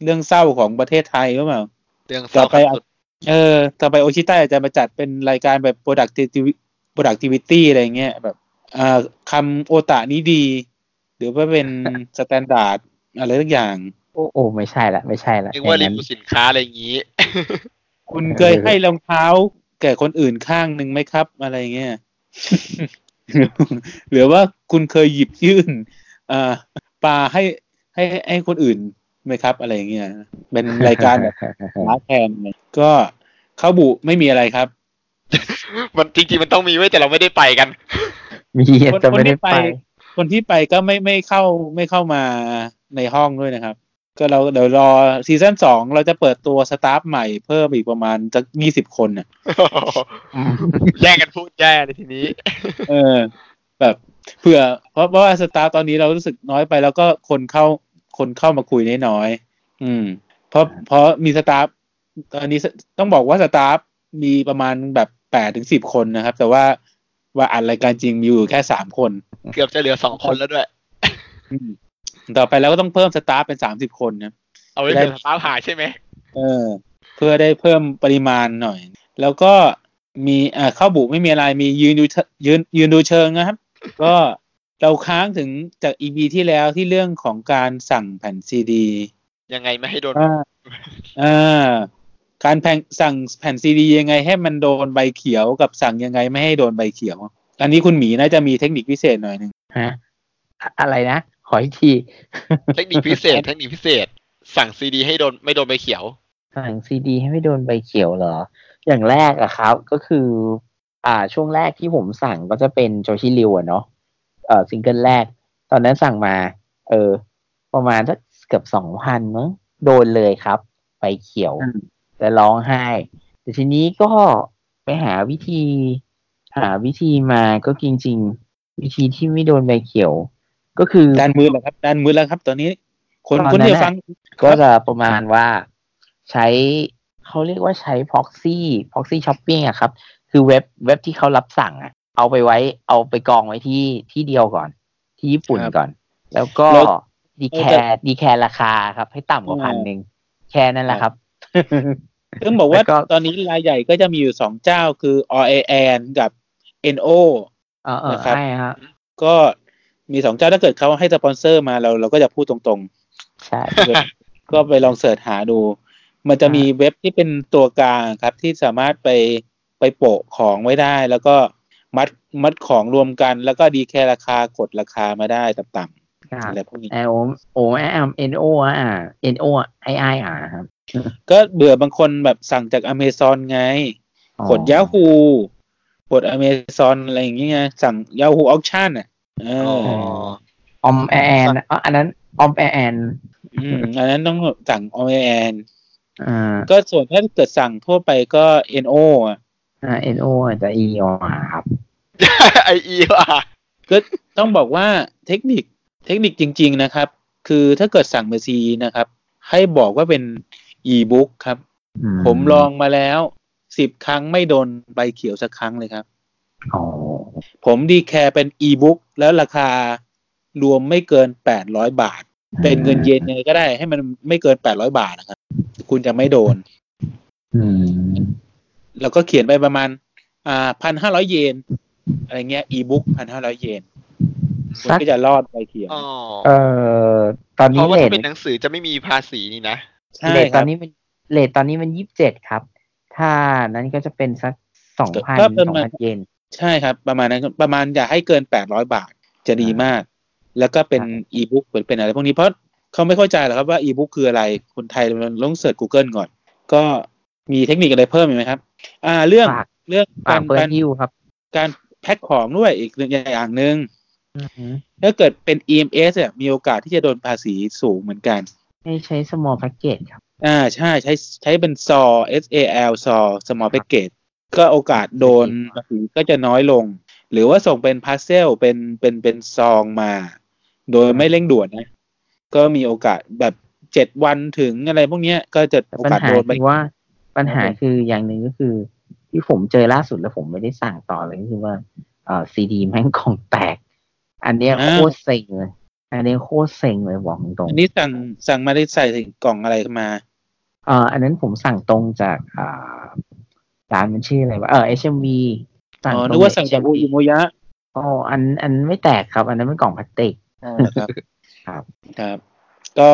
A: เรื่องเศร้าของประเทศไทยหรือเปล่า
C: เรื่องเศร้า
A: ต่อไปอ่ะ
C: สุด
A: เออ ต่อไปโอชิไตอาจจะมาจัดเป็นรายการแบบ productivity productivity อะไรเงี้ยแบบเอ่อคำโอตะนี้ดี หรือว่าเป็นสแตนดาร์ดอะไรทุกอย่าง
B: โอ้โอ้ไม่ใช่ละไม่ใช่ละ
C: นึกว่า
B: อ
C: รี
B: ย่าง
C: วิว
B: นั้น
C: สินค้าอะไรอย่างนี้
A: คุณเคยให้รองเท้า แก่คนอื่นข้างหนึ่งไหมครับ อะไรเงี้ย หรือว่าคุณเคยหยิบยื่นเอ่อปลาให้ให้ให้คนอื่นไหมครับ อะไรเงี้ยเป็นรายการแบบหาแทนเนี่ยก็เขาบุไม่มีอะไรครับ
C: มันจริงๆมันต้องมีไว้ยแต่เราไม่ได้ไปกัน
B: มี
A: คน
B: จะ
A: ค
B: ไม่
A: น
B: ได้
A: ที่
B: ไป
A: ไป คนที่ไปก็ไม่ไม่เข้าไม่เข้ามาในห้องด้วยนะครับ ก็เราเดี๋ยวรอซีซั่นสองเราจะเปิดตัวสตาฟใหม่เพิ่มอีกประมาณจะยี่สิบคนน่ะ
B: อืม
C: แย่งกันพูดแย่เลยทีนี้
A: เออแบบเผื่อ เพราะเพราะว่าสตาร์ตอนนี้เรารู้สึกน้อยไป แล้วก็คนเข้าคนเข้ามาคุยน้อยๆอืม เพราะเพราะมีสตาร์ตอนนี้สต้องบอกว่าสตาร์มีประมาณแบบแปดถึงสิบคนนะครับ แต่ว่าว่าอัดรายการจริงมีอยู่แค่สามคน
C: เกือบจะเหลือสองคนแล้วด้วย
A: อืมต่อไปเราก็ต้องเพิ่มสตาร์เป็นสามสิบคนนะ
C: เอาไว้เป็นสตาร์ฟหาใช่ไหม
A: เออเพื่อได้เพิ่มปริมาณหน่อย แล้วก็มีอ่าเข้าบุไม่มีอะไรมียืนดูเชยืนยืนดูเชิงนะครับ ก็เราค้างถึงจากอีพีที่แล้วที่เรื่องของการสั่งแผ่นซีดี
C: ยังไงไม่ให้โดน
A: ว่าอ่าการแพงสั่งแผ่นซีดียังไงให้มันโดนใบเขียวกับสั่งยังไงไม่ให้โดนใบเขียว อันนี้คุณหมีน่าจะมีเทคนิคพิเศษหน่อยหนึ่ง
B: ฮะอะอะไรนะ ขออีกที
C: เทคนิคพิเศษ เทคนิคพิเศษ สั่งซีดีให้โดนไม่โดนใบเขียว
B: สั่งซีดีให้ไม่โดนใบเขียวเหรอ อย่างแรกอะครับ ก็คือ อ่าช่วงแรกที่ผมสั่งก็จะเป็นโจชิริวอะเนาะเออซิงเกิลแรก ตอนนั้นสั่งมา เออ ประมาณสักเกือบสองพันมั้งโดนเลยครับใบเขียว แต่ร้องไห้ แต่ทีนี้ก็ไปหาวิธี หาวิธีมาก็จริง ๆ วิธีที่ไม่โดนใบเขียว ก็คือ
A: ด้านมือแล้วครับ ด้านมือแล้วครับ ตอนนี้ คน
B: ตอนนั้น
A: คนที่
B: น่ะ
A: ฟัง
B: ก็จะประมาณว่าใช้เขาเรียกว่าใช้ proxy proxy shopping อะครับ คือเว็บเว็บที่เขารับสั่งอะเอาไปไว้ เอาไปกองไว้ที่ที่เดียวก่อน ที่ญี่ปุ่น
A: ครับ
B: ก่อน แล้วก็
A: เรา
B: ดีแค
A: เรา
B: ร์ดีแคร์ราคาครับ ให้ต่ำกว่า
A: อืม
B: พันหนึ่งแค่นั้นแหละครับ
A: ซึ่งบอกว่า
B: แล้วก็
A: ตอนนี้รายใหญ่ก็จะมีอยู่สองเจ้าคือ r a n กับ NO
B: เออเออ
A: นะครับ
B: ใช่ฮะ
A: ก็มีสองเจ้าถ้าเกิดเขาให้สปอนเซอร์มาเราเราก็จะพูดตรง
B: ใช่
A: ๆ เว็บก็ไปลองเสิร์ชหาดู มันจะมีเว็บที่เป็นตัวกลางครับ ที่สามารถไปไปโปะของไว้ได้ แล้วก็มัดมัดของรวมกัน แล้วก็ดีแค่ราคากดราคามาได้ต่ำๆ
B: ครับ
A: อะไรพวกนี้
B: ไอโอมโอแอมเอ็นโออ่ะเอ็นโอไอไออ่ะครับ
A: ก็เบื่อบางคนแบบสั่งจากอเมซอนไง กด Yahoo กด Amazon อะไรอย่างเงี้ยไงสั่ง Yahoo Auction อ่ะเอ
C: อ๋อ
A: ออ
B: ออมแอนอ๋ออันนั้นออมแอน
A: มอันนั้นต้องสั่ง OMN
B: อ่า
A: ก็ส่วนถ้าเกิดสั่งทั่วไปก็ NO อ่ะ
B: อ่าเอ็นโอจะอีอครับ
C: ไอเอีว่ะ
A: ก็ต้องบอกว่าเทคนิคเทคนิคจริง ๆนะครับ คือถ้าเกิดสั่งมาซีนะครับ ให้บอกว่าเป็น e-book ครับ
B: อื
A: ผมลองมาแล้วสิบครั้งไม่โดนใบเขียวสักครั้งเลยครับ
B: อ๋อ
A: ผมดีแคร์เป็น e-book แล้วราคารวมไม่เกิน 800 บาท เป็นเงินเย็นยังไงก็ได้ให้มันไม่เกิน 800 บาทนะครับ คุณจะไม่โดน
B: อืม
A: แล้วก็เขียนไปประมาณ อ่าพันห้าร้อยเยน อะไรเงี้ย e-book พันห้าร้อยเยน คุณ
B: สัก
A: ก็จะรอดไปเขียน
C: อ๋อ
B: เอ่อตอน
C: เพ
B: นี้
C: ราะว่า
B: เล
C: ถ้า
B: ท
C: เป็นหนังสือจะไม่มีภาษีนี่นะ
A: ใช่
B: เลท
A: ค
B: ตอ
A: รั
B: น
A: บ
B: นี้มันเลทตอนนี้มันยี่สิบเจ็ดครับ ถ้านั้นก็จะเป็นสักสองพันสองพันเยน
A: ใช่ครับ ประมาณนั้นประมาณอย่าให้เกิน 800 บาทจะดีมาก แล้วก็เป็น
B: ครับ
A: e-book เป็นเป็นอะไรพวกนี้เพราะเขาไม่เข้าใจหรอกครับว่า e-book คืออะไร คนไทยเราลองเสิร์ช Google ก่อน ก็มีเทคนิคอะไรเพิ่มอีกไหมครับ อ่าเรื่อง
B: ฝาก
A: เรื่อง
B: ฝา
A: กา
B: ก
A: ร
B: เพื่อ
A: การ
B: นฮิวครับ
A: การแพ็คของด้วยอีกอย่างหนึ่ง ถ้าเกิดเป็น EMS เนี่ยมีโอกาสที่จะโดนภาษีสูงเหมือนกัน
B: ให้ใช้ small package ครับ
A: อ่าใช่ใช้ใช้เป็น s a S A L s a small package ก็โอกาสโดนภาษีก็จะน้อยลง หรือว่าส่งเป็นพา r c เซลเป็นเป็นเป็นซองมา โดยไม่เร่งด่วนนะ ก็มีโอกาสแบบเจ็ดวันถึงอะไรพวกเนี้ยก็จะ
B: แต่
A: โอ
B: ปัญ
A: กาส
B: หา
A: โดนไป
B: คือว่าปัญหาคืออย่างหนึ่งก็คือ ที่ผมเจอล่าสุดแล้วผมไม่ได้สั่งต่อเลยก็คือว่าเอ่อซีดีแม่งของแตก อันเนี้ย
A: อ่า
B: โคตรเซ็งเลย อันเนี้ยโคตรเซ็งเลยบอกตรง
A: อั
B: ๆ
A: นนี้สั่งสั่งมาได้ใส่ถึงกล่องอะไรมา
B: เอ่ออันนั้นผมสั่งตรงจากอ่าร้านมันชื่ออะไรวะเออ HMV
A: อ๋
B: สั่ง
A: อ
B: ตรง
A: นึกว่าสั่งจาก
B: HMV
A: อูอิโมยะ
B: อ๋ออันอันไม่แตกครับ อันนั้นเป็นกล่องพลาสติก
A: อ๋อเหรอครับ
B: ครับ
A: ครับ ก็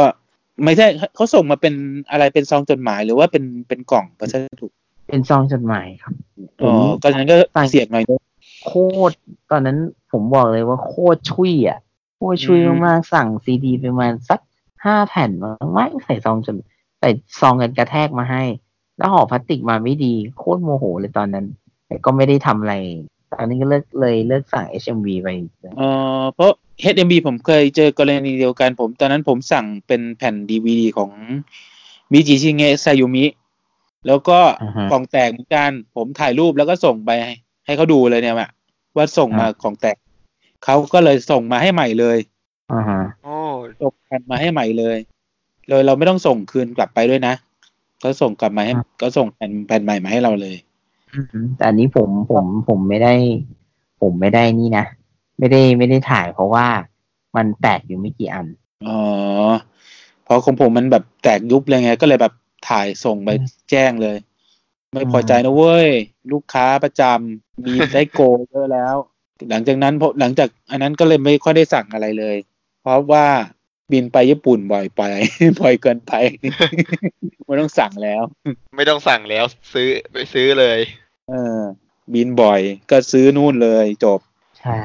A: ไม่ใช่เขาส่งมาเป็นอะไรเป็นซองจดหมายหรือว่าเป็นเป็นกล่องพัสดุ
B: เป็นซองจดหมายครับ
A: อ๋อก็ฉะนั้นก็
B: ต่าง
A: เสี่ยงหน่อยนึง
B: โคตรตอนนั้นผมบอกเลยว่าโคตรช่วยอ่ะโคตรช่วย
A: อืม
B: มากๆสั่งซีดีไปประมาณสักห้าแผ่นมั้งไม่ใส่ซองจนใส่ซองกันกระแทกมาให้ แล้วห่อพลาสติกมาไม่ดี โคตรโมโหเลยตอนนั้น แต่ก็ไม่ได้ทำอะไร ตอนนี้ก็เลิกเลยเลิกสั่ง HMV ไป
A: เอ่อเพราะ HMB ผมเคยเจอกรณีเดียวกันผม ตอนนั้นผมสั่งเป็นแผ่น DVD ของมิจิชิเงะซายุมิ แล้วก็
B: อ่าฮะ
A: กล่องแตกเหมือนกัน ผมถ่ายรูปแล้วก็ส่งไปให้ให้เขาดูเลยเนี่ยว่าว่าส่งมา
B: อ่า
A: กล่องแตก เขาก็เลยส่งมาให้ใหม่เลย
B: อ่าฮะ
C: โอ้
A: ส่งแผ่นมาให้ใหม่เลยเลยเราไม่ต้องส่งคืนกลับไปด้วยนะเขาส่งกลับมาให้ก็ส่งแผ่นแผ่นใหม่มาให้เราเลย
B: อืมแต่อันนี้ผมผมผมไม่ได้ ผมไม่ได้นี่นะไม่ได้ไม่ได้ถ่ายเพราะว่ามันแตกอยู่ไม่กี่อัน
A: อ๋อเพราะของผมมันแบบแตกยุบเลยไง ก็เลยแบบถ่ายส่งไปแจ้งเลย ไม่พอใจนะเว้ย ลูกค้าประจำมีได้โกงเยอะแล้ว หลังจากนั้นพอหลังจากอันนั้นก็เลยไม่ค่อยได้สั่งอะไรเลย เพราะว่าบินไปญี่ปุ่นบ่อยไป บ่อยเกินไป ไม่ต้องสั่งแล้ว
C: ไม่ต้องสั่งแล้วซื้อไปซื้อเลย
A: เออ บินบ่อย ก็ซื้อนู่นเลยจบ
B: ใช่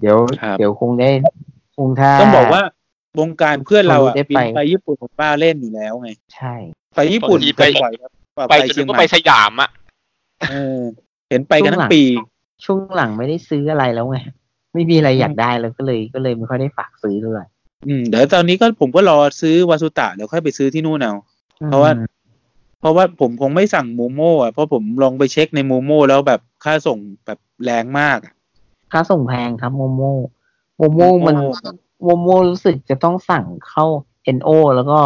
B: เดี๋ยว
A: ครับ
B: เดี๋ยวคงได้คงถ้า
A: ต้องบอกว่าวงการเพื่อนเราอ่ะ
B: ได้ไป
A: บินไปญี่ปุ่นผมบ้าเล่นอยู่แล้วไง
B: ใช่
A: ไปญี่ปุ่น
C: บางทีไป
A: เกินบ่อยครับว่า
C: ไปจน
A: เชียง
C: ก็
A: ใหม่
C: ไปสยามอ่ะ
A: เออเห็นไปกันทั้งปี
B: ช่วงหลังไม่ได้ซื้ออะไรแล้วไงไม่มีอะไรอยากได้แล้วก็เลยก็เลยไม่ค่อยได้ฝากซื้อเท่าไหร่
A: อืมเดี๋ยวตอนนี้ก็ผมก็รอซื้อวาสุตะเดี๋ยวค่อยไปซื้อที่นู่นเอา เพราะว่า
B: อืม
A: เพราะว่าผมคงไม่สั่งโมโม่อะเพราะผมลองไปเช็คในโมโม่แล้วแบบค่าส่งแบบแรงมากอะ
B: ค่าส่งแพงครับโมโมโมโมมันโมโมรู้สึกจะต้องสั่งเข้า NO แล้วก็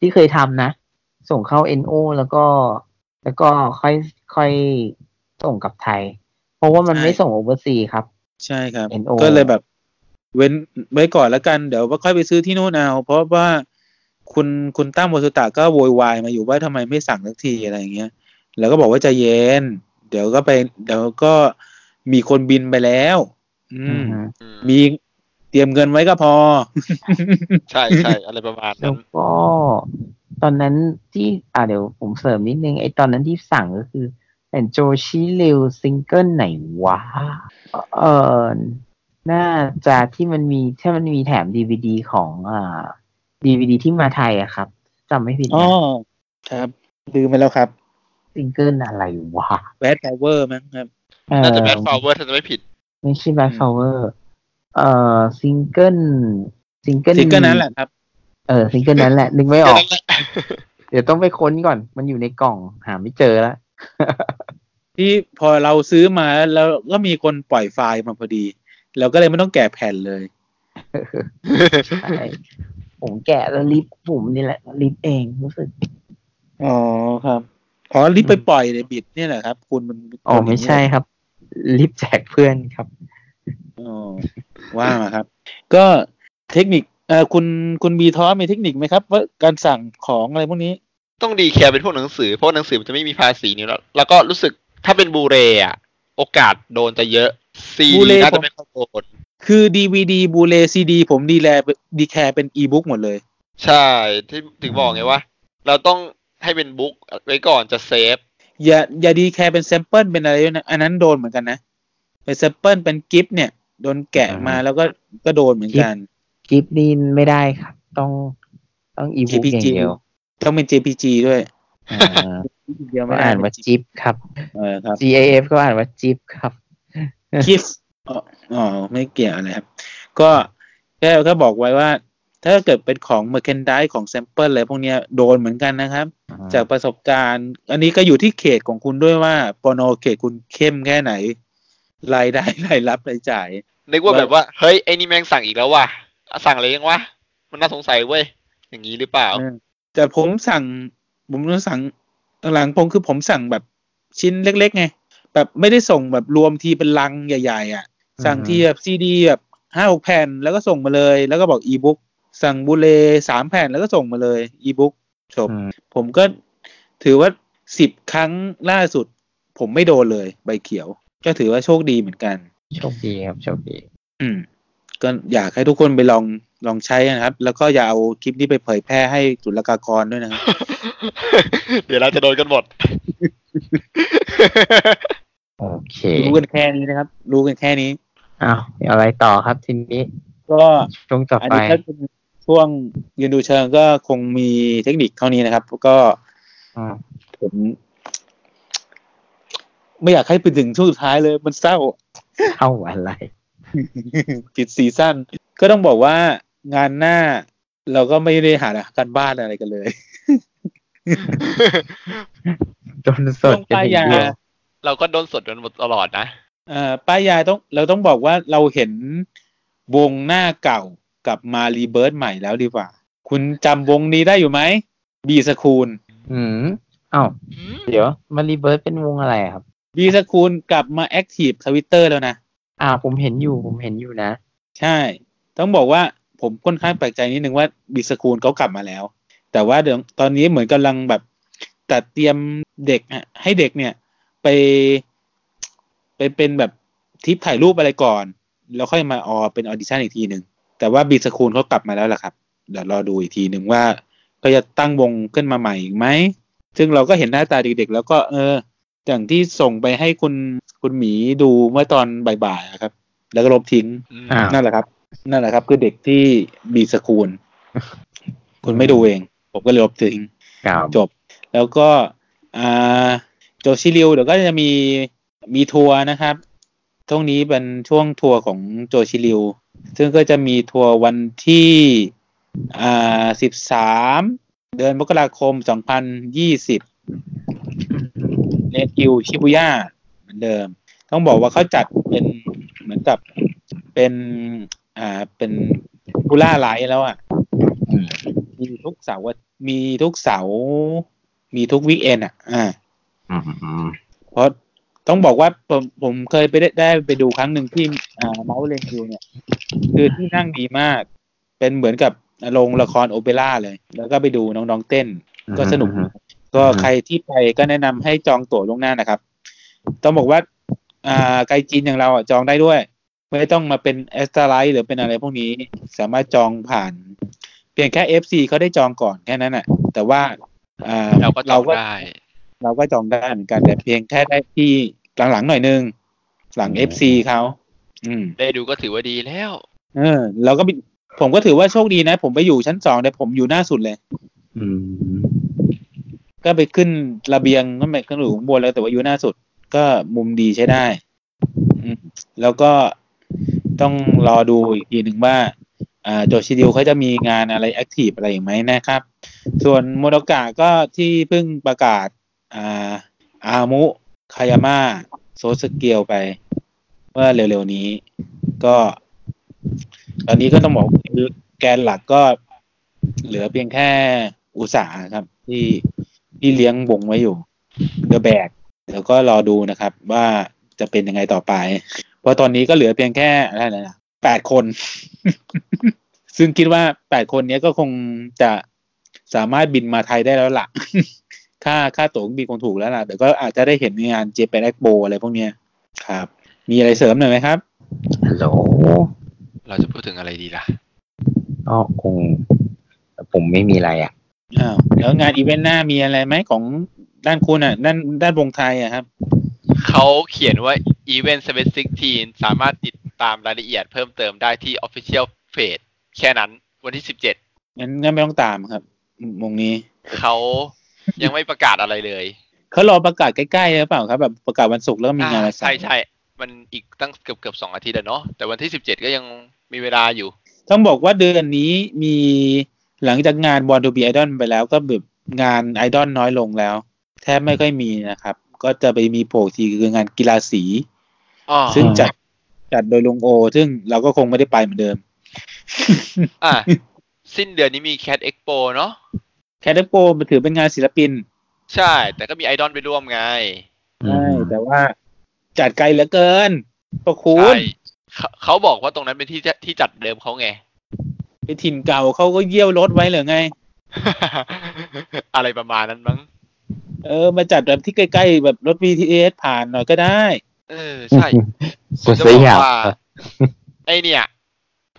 B: ที่เคยทำนะ ส่งเข้า NO แล้วก็ แล้วก็ค่อยค่อยส่งกลับไทย เพราะว่ามันไม่ส่งโอเวอร์ซีครับ
A: ใช่ครับ
B: NO
A: ก็เลยแบบ เว้นไว้ก่อนแล้วกันเดี๋ยวว่าค่อยไปซื้อที่นู่นเอา เพราะว่าคุณคุณตั้มวาสุตะก็โวยวายมาอยู่ว่าทำไมไม่สั่งสักทีอะไรอย่างเงี้ยแล้วก็บอกว่าใจเย็น เดี๋ยวก็ไป เดี๋ยวก็มีคนบินไปแล้ว อื
B: อื
A: ม
B: อฮึ
C: อืม
A: มีเตรียมเงินไว้ก็พอ
C: ใช่ใช่อะไรประมาณ
B: แล้
C: นั้
B: วน ก็ตอนนั้นที่อ่าเดี๋ยวผมเสริมนิดนึงไอ้ตอนนั้นที่สั่งก็คือเป็นโจชิลิวซิงเกิลไหนวะเออน่าจะที่มันมีถ้ามันมีแถมดีวดีของอ่าดีวดีที่มาไทยอะครับจำไม่ผิด
A: อ๋อ
B: นะ
A: ครับลืมไปแล้วครับ
B: ซิงเกิลอะไรวะ
A: แบดพาวเวอร์มั้งครับ
B: เอ่อ
C: น่าจะแบ็คฟอร์เวิร์ดถ้าจะไม่ผิด
B: ไม่ใช่ Bad Flower เอ่อซิงเกิลซิงเกิล
A: ซิงเกิลนั้นแหละครับ
B: เออซิงเกิลนั้นแหละ นึกไม่ออก
C: แค่นั้นแหละ
B: เดี๋ยวต้องไปค้นก่อน มันอยู่ในกล่องหาไม่เจอแล้ว
A: ที่พอเราซื้อมาแล้วก็มีคนปล่อยไฟล์มาพอดี เราก็เลยไม่ต้องแกะแผ่นเลย
B: ใช่ผมแกะแล้วลิฟต์ผมนี่แหละลิฟต์เองรู้สึก
A: อ๋อครับขอรีบไปปล่อยในบิดเนี่ยแหละครับ คุณมัน
B: อ๋อไม่ใช่ครับ ลิฟต์แจกเพื่อนครับ
A: อ๋อว่ามาครับ ก็เทคนิคเอ่อคุณคุณบีท้อมีเทคนิคไหมครับ ว่าการสั่งของอะไรพวกนี้
C: ต้องดีแคร์เป็นพวกหนังสือ เพราะหนังสือมันจะไม่มีภาษีนี่แล้ว แล้วก็รู้สึกถ้าเป็นบูเรอะโอกาสโดนจะเยอะซี
A: บูเร
C: น่าจะไม่ค่อยโดน
A: คือดีวีดีบูเลซีดีผมดีแลดีแคร์เป็นอีบุ๊กหมดเลย
C: ใช่ที่ถึงบอกไงว่า เราต้องให้เป็นบุ๊กไว้ก่อนจะเซฟ
A: อย่าอย่าดีแคร์เป็นแซมเปิลเป็นอะไรด้วยนะอันนั้นโดนเหมือนกันนะเป็นแซมเปิลเป็นกิฟต์เนี่ย โดนแกะมา
B: อ่า
A: แล้วก็ก็โดนเหมือนกัน
B: กิฟต์นี่ไม่ได้ครับ ต้องต้องอีบุ๊กอย่างเดียว
A: ต้องเป็น JPG ด้วย
B: อ่า
A: เดียว
B: ก็
A: ไม่ได้
B: อ่านว่าจิฟครับ
A: เออครับ
B: G A F ก็อ่านว่าจิฟครับ
A: คิฟอ๋ออ๋อไม่เกี่ยวนะครับ ก็แค่ก็บอกไว้ว่า ถ้าเกิดเป็นของเมอร์เคนด e ของแซมเปิลอะไรพวกเนี้ยโดนเหมือนกันนะครับ จากประสบการณ์ อันนี้ก็อยู่ที่เขตของคุณด้วยว่าปอนอเขตคุณเข้มแค่ไหน รายได้รายรับรายจ่าย
C: นึกว่า
A: ว่า
C: แบบว่าเฮ้ยไอ้นี่แม่งสั่งอีกแล้วว่ะสั่งอะไรยังวะมันน่าสงสัยเว้ยอย่างนี้หรือเปล่า
A: เออแต่ผมสั่ง ผมต้องสั่งหลังๆผมคือผมสั่งแบบชิ้นเล็ก ๆ ไง แบบไม่ได้ส่งแบบรวมทีเป็นลังใหญ่ ๆ อ่ะ สั่ง
B: อืม
A: ทีแบบซีดีแบบห้าหกแผ่นแล้วก็ส่งมาเลย แล้วก็บอกอีบุ๊กสั่งบุเลสามแผ่นแล้วก็ส่งมาเลยอีบุ๊กจบ
B: อืม
A: ผมก็ถือว่าสิบครั้งล่าสุด ผมไม่โดนเลยใบเขียว ก็ถือว่าโชคดีเหมือนกัน
B: โชคดีครับโชคดี
A: อืมก็อยากให้ทุกคนไปลองลองใช้นะครับ แล้วก็อย่าเอาคลิปนี้ไปเผยแพร่ให้จุลกากรด้วยนะครับ
C: เดี๋ยวเราจะโดนกันหมด
B: โอเค
A: รู้กันแค่นี้นะครับ รู้กันแค่นี้
B: อ้าวอะไรต่อครับทีนี้
A: ก็
B: ช่วงต่อ
A: อัน
B: ไป
A: นี้ก็เป็นช่วงยืนดูเชิงก็คงมีเทคนิคเท่านี้นะครับ ก็
B: อืม
A: ผมไม่อยากให้ไปถึงช่วงสุดท้ายเลย มันเศร้า
B: เข้าอะไร
A: ผิดซีซั่นก็ต้องบอกว่างานหน้า เราก็ไม่ได้หาการบ้านอะไรกันเลย
B: จนสด
A: ลงปลาย
B: อย่งเดี
A: ยา
B: ว
C: เราก็โดนสดกันหมดตลอดนะ
A: เอ่อป้ายยาต้องเราต้องบอกว่าเราเห็นวงหน้าเก่ากลับมารีเบิร์ตใหม่แล้วดีกว่า คุณจำวงนี้ได้อยู่ไหมบีสคูล
B: อืมอ้าวเดี๋ยวมันรีเบิร์ตเป็นวงอะไรอะครับ
A: บีสคูลกลับมาแอคทีฟทวิตเตอร์แล้วนะ
B: อ่าผมเห็นอยู่ผมเห็นอยู่นะ
A: ใช่ ต้องบอกว่าผมค่อนข้างแปลกใจนิดนึงว่าบีสคูลเขากลับมาแล้ว แต่ว่าเดี๋ยวตอนนี้เหมือนกำลังแบบจัดเตรียมเด็กอะให้เด็กเนี่ย ไป ไปเป็นแบบทริปถ่ายรูปอะไรก่อน แล้วค่อยมาออเป็นออดิชั่นอีกทีหนึ่งแต่ว่าบีสคูลเขากลับมาแล้วล่ะครับ เดี๋ยวรอดูอีกทีหนึ่งว่าเขาจะตั้งวงขึ้นมาใหม่อีกไหม ซึ่งเราก็เห็นหน้าตาเด็กๆแล้วก็เออ อย่างที่ส่งไปให้คุณคุณหมีดูเมื่อตอนบ่ายๆอะครับ แล้วก็ลบทิ้ง
B: อ่า
A: นั่นแหละครับ นั่นแหละครับ คือเด็กที่บีสคูล คุณไม่ดูเอง ผมก็เลยลบทิ้ง
B: ครับ
A: จบ แล้วก็อ่าโจชิริวเดี๋ยวก็จะมีมีทัวร์นะครับ ช่วงนี้เป็นช่วงทัวร์ของโจชิริว ซึ่งก็จะมีทัวร์วันที่อ่าสิบสามเดือนมกราคมสองพันยี่สิบเนกิวชิบุย่าเหมือนเดิม ต้องบอกว่าเขาจัดเป็นเหมือนกับเป็นอ่าเป็นผู้ล่าไลท์แล้วอ่ะ
B: อืม
A: มีทุกเสาร์อะมีทุกเสาร์มีทุกวีคเอนอ่ะ อ่า
B: อืมอืม
A: เพราะต้องบอกว่าผมผมเคยไปได้ได้ไปดูครั้งหนึ่งที่อ่าเมาส์เลนคิวเนี่ย คือที่นั่งดีมาก เป็นเหมือนกับโรงละครโอเปร่าเลย แล้วก็ไปดูน้องๆเต้น ก็สนุก
B: อืม
A: ก็
B: อือฮึ
A: ใครที่ไปก็แนะนำให้จองตั๋วล่วงหน้านะครับ ต้องบอกว่า อ่าไกลจีนอย่างเราอ่ะจองได้ด้วย ไม่ต้องมาเป็นแอสต a ไลท์หรือเป็นอะไรพวกนี้ สามารถจองผ่าน เพียงแค่เอฟซีเขาได้จองก่อนแค่นั้นแหะแต่ว่าอ่า
C: เราก็จองได้
A: เราก็จองได้เหมือนกัน แต่เพียงแค่ได้ที่หลังๆหน่อยนึง หลังเอฟซีเขาอืม
C: ได้ดูก็ถือว่าดีแล้ว
A: เออ เราก็ไปผมก็ถือว่าโชคดีนะ ผมไปอยู่ชั้นสองแต่ผมอยู่หน้าสุดเลย
B: อืม
A: ก็ไปขึ้นระเบียงก็ไม่ขึ้นหลุมบนแล้วแต่ว่าอยู่หน้าสุด ก็มุมดีใช้ได้ อืมแล้วก็ต้องรอดูอีกทีหนึ่งว่าอ่าโจชิดิวเขาจะมีงานอะไรแอคทีฟอะไรอีกไหมนะครับ ส่วนโมโดกะก็ที่เพิ่งประกาศอ่าอามุคายาม่าโซสเกียวไป เมื่อเร็วๆนี้ ก็ ตอนนี้ก็ต้องบอกแกนหลักก็เหลือเพียงแค่อุตสาหะครับ ที่ที่เลี้ยงวงไว้อยู่เดอะแบกเดี๋ยวก็รอดูนะครับ ว่าจะเป็นยังไงต่อไป เพราะตอนนี้ก็เหลือเพียงแค่อะไรนะแปดคน ซึ่งคิดว่าแปดคนเนี้ยก็คงจะสามารถบินมาไทยได้แล้วล่ะ ค่าค่าตั๋วเครื่องบินคงถูกแล้วล่ะเดี๋ยวก็อาจจะได้เห็นในงานเจแปนแอคโบอะไรพวกเนี้ยครับ มีอะไรเสริมหน่อยไหมครับ
B: ฮัลโหล
C: เราจะพูดถึงอะไรดีล่ะ
B: ก็คง ผมไม่มีอะไรอ่ะ
A: อ้าวแล้วงานอีเวนต์หน้ามีอะไรไหมของด้านคุณอ่ะ ด้านด้านวงไทยอ่ะครับ
C: เขาเขียนว่า Event 716 สามารถติดตามรายละเอียดเพิ่มเติมได้ที่ Official Page แค่นั้นวันที่ 17
A: งั้นงั้นไม่ต้องตามครับวงนี้
C: เขายังไม่ประกาศอะไรเลย
A: เขารอประกาศใกล้ๆหรือเปล่าครับ แบบประกาศวันศุกร์แล้วก็มีงานวันเสา
C: ใช่
A: ร์
C: ใช่มันอีกตั้งเกือบเกือบสองอาทิตย์แล้วเนาะแต่วันที่ 17 ก็ยังมีเวลาอยู่
A: ต้องบอกว่าเดือนนี้มีหลังจากงานบอลทูบีไอดอลไปแล้วก็แบบงานไอดอลน้อยลงแล้ว แทบไม่ค่อยมีนะครับ ก็จะไปมีโผล่ทีคืองานกีฬาสี
C: อ๋อ
A: ซึ่งจัดจัดโดยลุงโอ ซึ่งเราก็คงไม่ได้ไปเหมื อนเดิม
C: อ่ะสิ้นเดือนนี้มี Cat Expo เนาะ
A: แคดโปมันถือเป็นงานศิลปิน
C: ใช่ แต่ก็มีไอดอลไปร่วมไง
A: ใช่แต่ว่าจัดไกลเหลือเกิน ประคุณ
C: ใช่เขาเขาบอกว่าตรงนั้นเป็นที่จะที่จัดเดิมเขาไง
A: ไปถิ่นเก่าเขาก็เยี่ยวรถไว้เหรือไง
C: อะไรประมาณนั้นมั้ง
A: เออ มาจัดแบบที่ใกล้ๆ แบบรถ BTS ผ่านหน่อยก็ได้
C: เออ ใช่ ผมจะ
B: ส
C: บ
B: ย
C: อก
B: หยาบ
C: ว่า ไอเนี่ย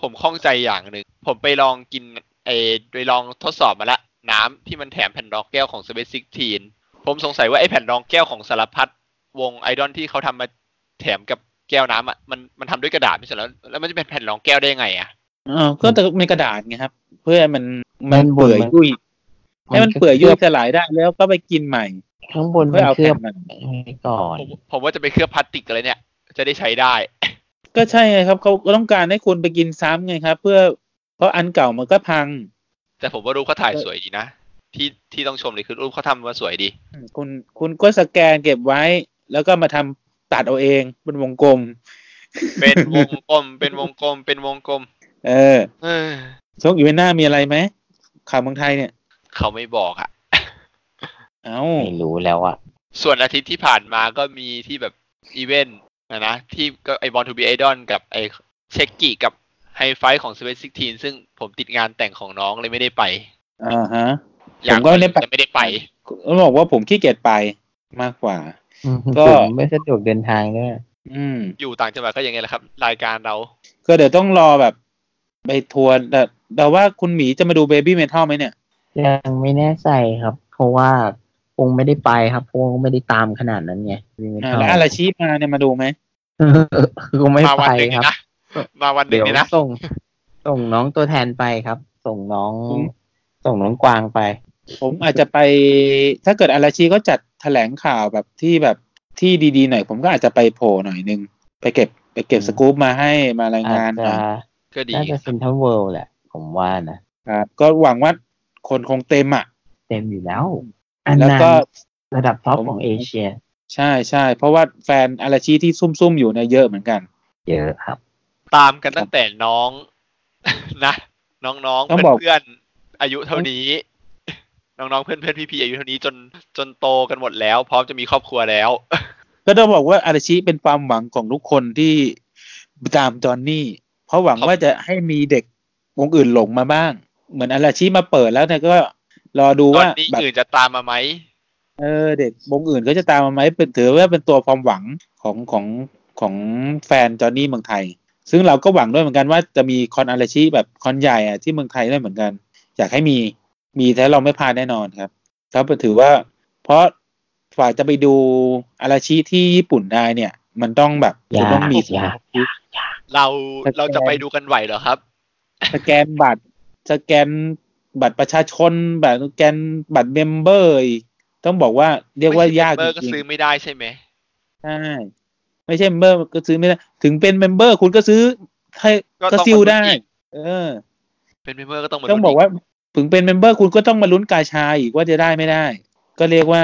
C: ผมข้องใจอย่างหนึ่ง ผมไปลองกินไอไปลองทดสอบมาละ น้ำที่มันแถมแผ่นรองแก้วของสเปซิกทีนผมสงสัยว่าไอแผ่นรองแก้วของสารพัดวงไอดอลที่เขาทำมาแถมกับแก้วน้ำอ่ะมันมันทำด้วยกระดาษไม่ใช่แล้ว แล้วมันจะเป็นแผ่นรองแก้วได้ยังไงอ่ะ
A: เออ ก็จะมีกระดาษไงครับ เพื่อให้มัน
B: มั
A: มัน
B: นบน
A: เปื่อย
B: มัน
A: ยุ่ยให้มันเปื่อยยุ่ยสลายได้แล้วก็ไปกินใหม่
B: ข้างบน
A: เพื่อน
B: มั
A: เอา
B: เคลื
A: แผ่
B: อน บ
A: มัน
B: ไว้ก่อน
C: ผมผมว่าจะไปเคลือบพลาสติกอะไรเนี่ย จะได้ใช้ได้
A: ก็ใช่ไงครับเขาก็ต้องการให้คุณไปกินซ้ำไงครับ เพื่อเพราะอันเก่ามันก็พัง
C: แต่ผมว่ารูปเขาถ่าย
A: เออ
C: สวยดีนะ ที่ที่ต้องชมเลยคือรูปเขาทำมาสวยดี
A: คุณคุณก็สแกนเก็บไว้ แล้วก็มาทำตัดเอาเองเป็นวงกลม
C: เป็นวงกลม เป็นวงกลม เป็นวงกลม
A: เออ
C: เออ
A: ช่วงอีเวนต์หน้ามีอะไรไหมข่าวเมืองไทยเนี่ย
C: เขาไม่บอกอะ
A: เอ้า
B: ไม่รู้แล้วอ่ะ
C: ส่วนอาทิตย์ที่ผ่านมาก็มีที่แบบอีเวนต์นะนะที่ก็ไอบอลทูบีไอดอนกับไอเชคกี้กับไฮไฟของสเปซซิกทีนซึ่งผมติดงานแต่งของน้องเลยไม่ได้ไป
A: อ่าฮะ
C: อยาก
A: ผมก็ไม่ได้ไป
C: แต่ไม่ได้ไป
A: ต้องบอกว่าผมขี้เกียจไปมากกว่า ก็
B: ผมไม่สะดวกเดินทางด้วย
A: อืม
C: อยู่ต่างจังหวัดก็อย่างไงแหละครับ รายการเรา
A: ก็เดี๋ยวต้องรอแบบไปทัวร์แต่แต่ว่าคุณหมีจะมาดูเบบี้เมทัลไหมเนี่ย
B: ยังไม่แน่ใจครับ เพราะว่าคงไม่ได้ไปครับเพราะว่าไม่ได้ตามขนาดนั้นไง
A: อ่าแล้วอาราชีมาเนี่ยมาดูไหม
B: เออคงไม่
C: มาวั
B: ไป
C: หนึ่ง
B: ครับ
C: นะมาวันหนึ่
B: เดี๋
C: ง
B: ยว
C: เลยนะ
B: ส่ง ส่งน้องตัวแทนไปครับ ส่งน้อง
A: อืม
B: ส่งน้องกวางไป
A: ผมอาจจะไป ถ้าเกิดอาราชีก็จัดแถลงข่าวแบบที่แบบที่ดีๆหน่อย ผมก็อาจจะไปโผล่หน่อยนึง ไปเก็บไปเก็บ
B: อืม
A: สกู๊ปมาให้มาราย
B: อาจ
A: งานห
B: จะ
A: น่อย
C: ก็ดี
B: น่าจะเซ็นทรัลเวิลด์แหละ ผมว่านะครับ
A: ก็หวังว่าคนคงเต็มอ่ะ
B: เต็มอยู่แล้ว อัน
A: แล้ว
B: นั้น
A: ก็
B: ระดับท็อป
A: ผม
B: ของเอเชีย
A: ใช่ใช่เพราะว่าแฟนอาราชีที่ซุ่มๆอยู่เนี่ยเยอะเหมือนกัน
B: เยอะครับ
C: ตามกันตั้งแต่น้อง นะ น้องๆ
A: ต้อง
C: เพื่
A: บ
C: อ
A: อน ก
C: เพื่อนๆอายุเท่านี้ น้องๆเพื่อนเพื่อนๆพี่ๆอายุเท่านี้จนจนโตกันหมดแล้ว พร้อมจะมีครอบครัวแล้ว
A: ก็ต้องบอกว่าอาราชิเป็นความหวังของทุกคนที่ตามจอนนี่ เพราะหวังว่าจะให้มีเด็กวงอื่นหลงมาบ้าง เหมือนอาราชิมาเปิดแล้วเนี่ยก็รอดู
C: ตอ
A: ว่าน
C: นี้
A: แบบ
C: อื่นจะตามมาไหม
A: เออเด็กวงอื่นก็จะตามมาไหมเป็นถือว่าเป็นตัวความหวังของของของแฟนจอนนี่เมืองไทย ซึ่งเราก็หวังด้วยเหมือนกันว่าจะมีคอนอาราชิแบบคอนใหญ่อะที่เมืองไทยด้วยเหมือนกัน อยากให้มีมีแต่เราไม่พลาดแน่นอนครับครับถือว่า เพราะฝ่ายจะไปดูอาราชิที่ญี่ปุ่นได้เนี่ย มันต้องแบบ
B: ยาก
A: จะต้องมี
B: ยาก
C: เรา
A: สแกน
C: เราจะไปดูกันไหวเหรอครับ
A: สแกนบัตรสแกนบัตรประชาชนแบบสแกนบัตรเมมเบอร์ ต้องบอกว่าเรียกว่ายาก
C: เบอร์
A: จ
C: ก็
A: ริง
C: ซื้อไม่ได้ใช่ไหม
A: ๆใช่ไม่ใช่เมมเบอร์ก็ซื้อไม่ได้ ถึงเป็นเมมเบอร์คุณก็ซื้อให้ก็
C: ต้อง
A: ซิลได้
C: มาลุ้นอีก
A: เออ
C: เป็นเมมเบอร์ก็ต้องมา
A: ต้องบอกว่าถึงเป็นเมมเบอร์คุณก็ต้องมาลุ้นกาชาอีกว่าจะได้ไม่ได้ ก็เรียกว่า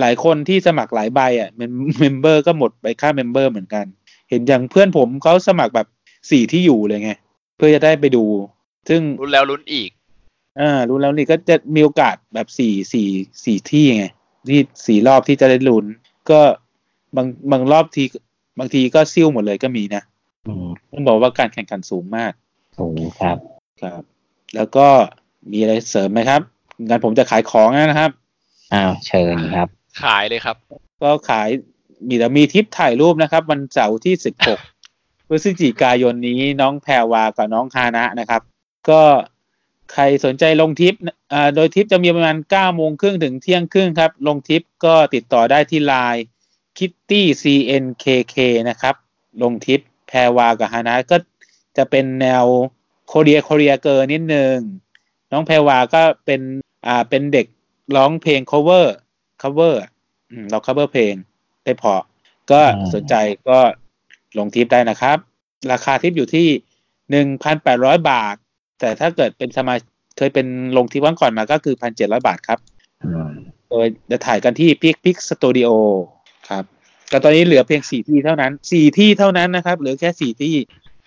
A: หลายคนที่สมัครหลายใบอ่ะเมมเบอร์ก็หมดไปค่าเมมเบอร์เหมือนกัน เห็นอย่างเพื่อนผมเขาสมัครแบบสี่ที่อยู่เลยไง เพื่อจะได้ไปดู ซึ่ง
C: ลุ้นแล้วลุ้นอีก
A: อ่ารู้แล้วนี่ก็จะมีโอกาสแบบสี่สี่สี่ที่ไงที่สี่รอบที่จะได้ลุ้น ก็บางบางรอบทีบางทีก็ซิ่วหมดเลยก็มีนะ
B: อืม
A: ต้องบอกว่าการแข่งขันสูงมาก
B: สูงครับ
A: ครับ แล้วก็มีอะไรเสริมไหมครับงานผมจะขายของนะครับ
B: อ้าวเชิญครับ
C: ขายเลยครับ
A: ก็ขายมีแต่มีทริปถ่ายรูปนะครับ วันเสาร์ที่ 16 พฤศจิกายนนี้น้องแพรวากับน้องฮานะนะครับ ก็ใครสนใจลงทริปอ่าโดยทริปจะมีประมาณ9โมงครึ่งถึงเที่ยงครึ่งครับ ลงทริปก็ติดต่อได้ที่ไลน์ kitty cnkk นะครับ ลงทริปแพรวากับฮานะก็จะเป็นแนวโคเรียโคเรียเกอร์นิดนึงน้องแพรวาก็เป็นอ่าเป็นเด็กร้องเพลง cover cover อะ อืมเรา cover เพลงได้พอ ก็
B: อ่า
A: สนใจก็ลงทิปได้นะครับ ราคาทิปอยู่ที่หนึ่งพันแปดร้อยบาท แต่ถ้าเกิดเป็นสมาชิกเคยเป็นลงทิปวันก่อนมาก็คือพันเจ็ดร้อยบาทครับ
B: อืม
A: โดยจะถ่ายกันที่พิกพิกสตูดิโอครับแต่ตอนนี้เหลือเพียงสี่ที่เท่านั้นสี่ที่เท่านั้นนะครับ เหลือแค่สี่ที่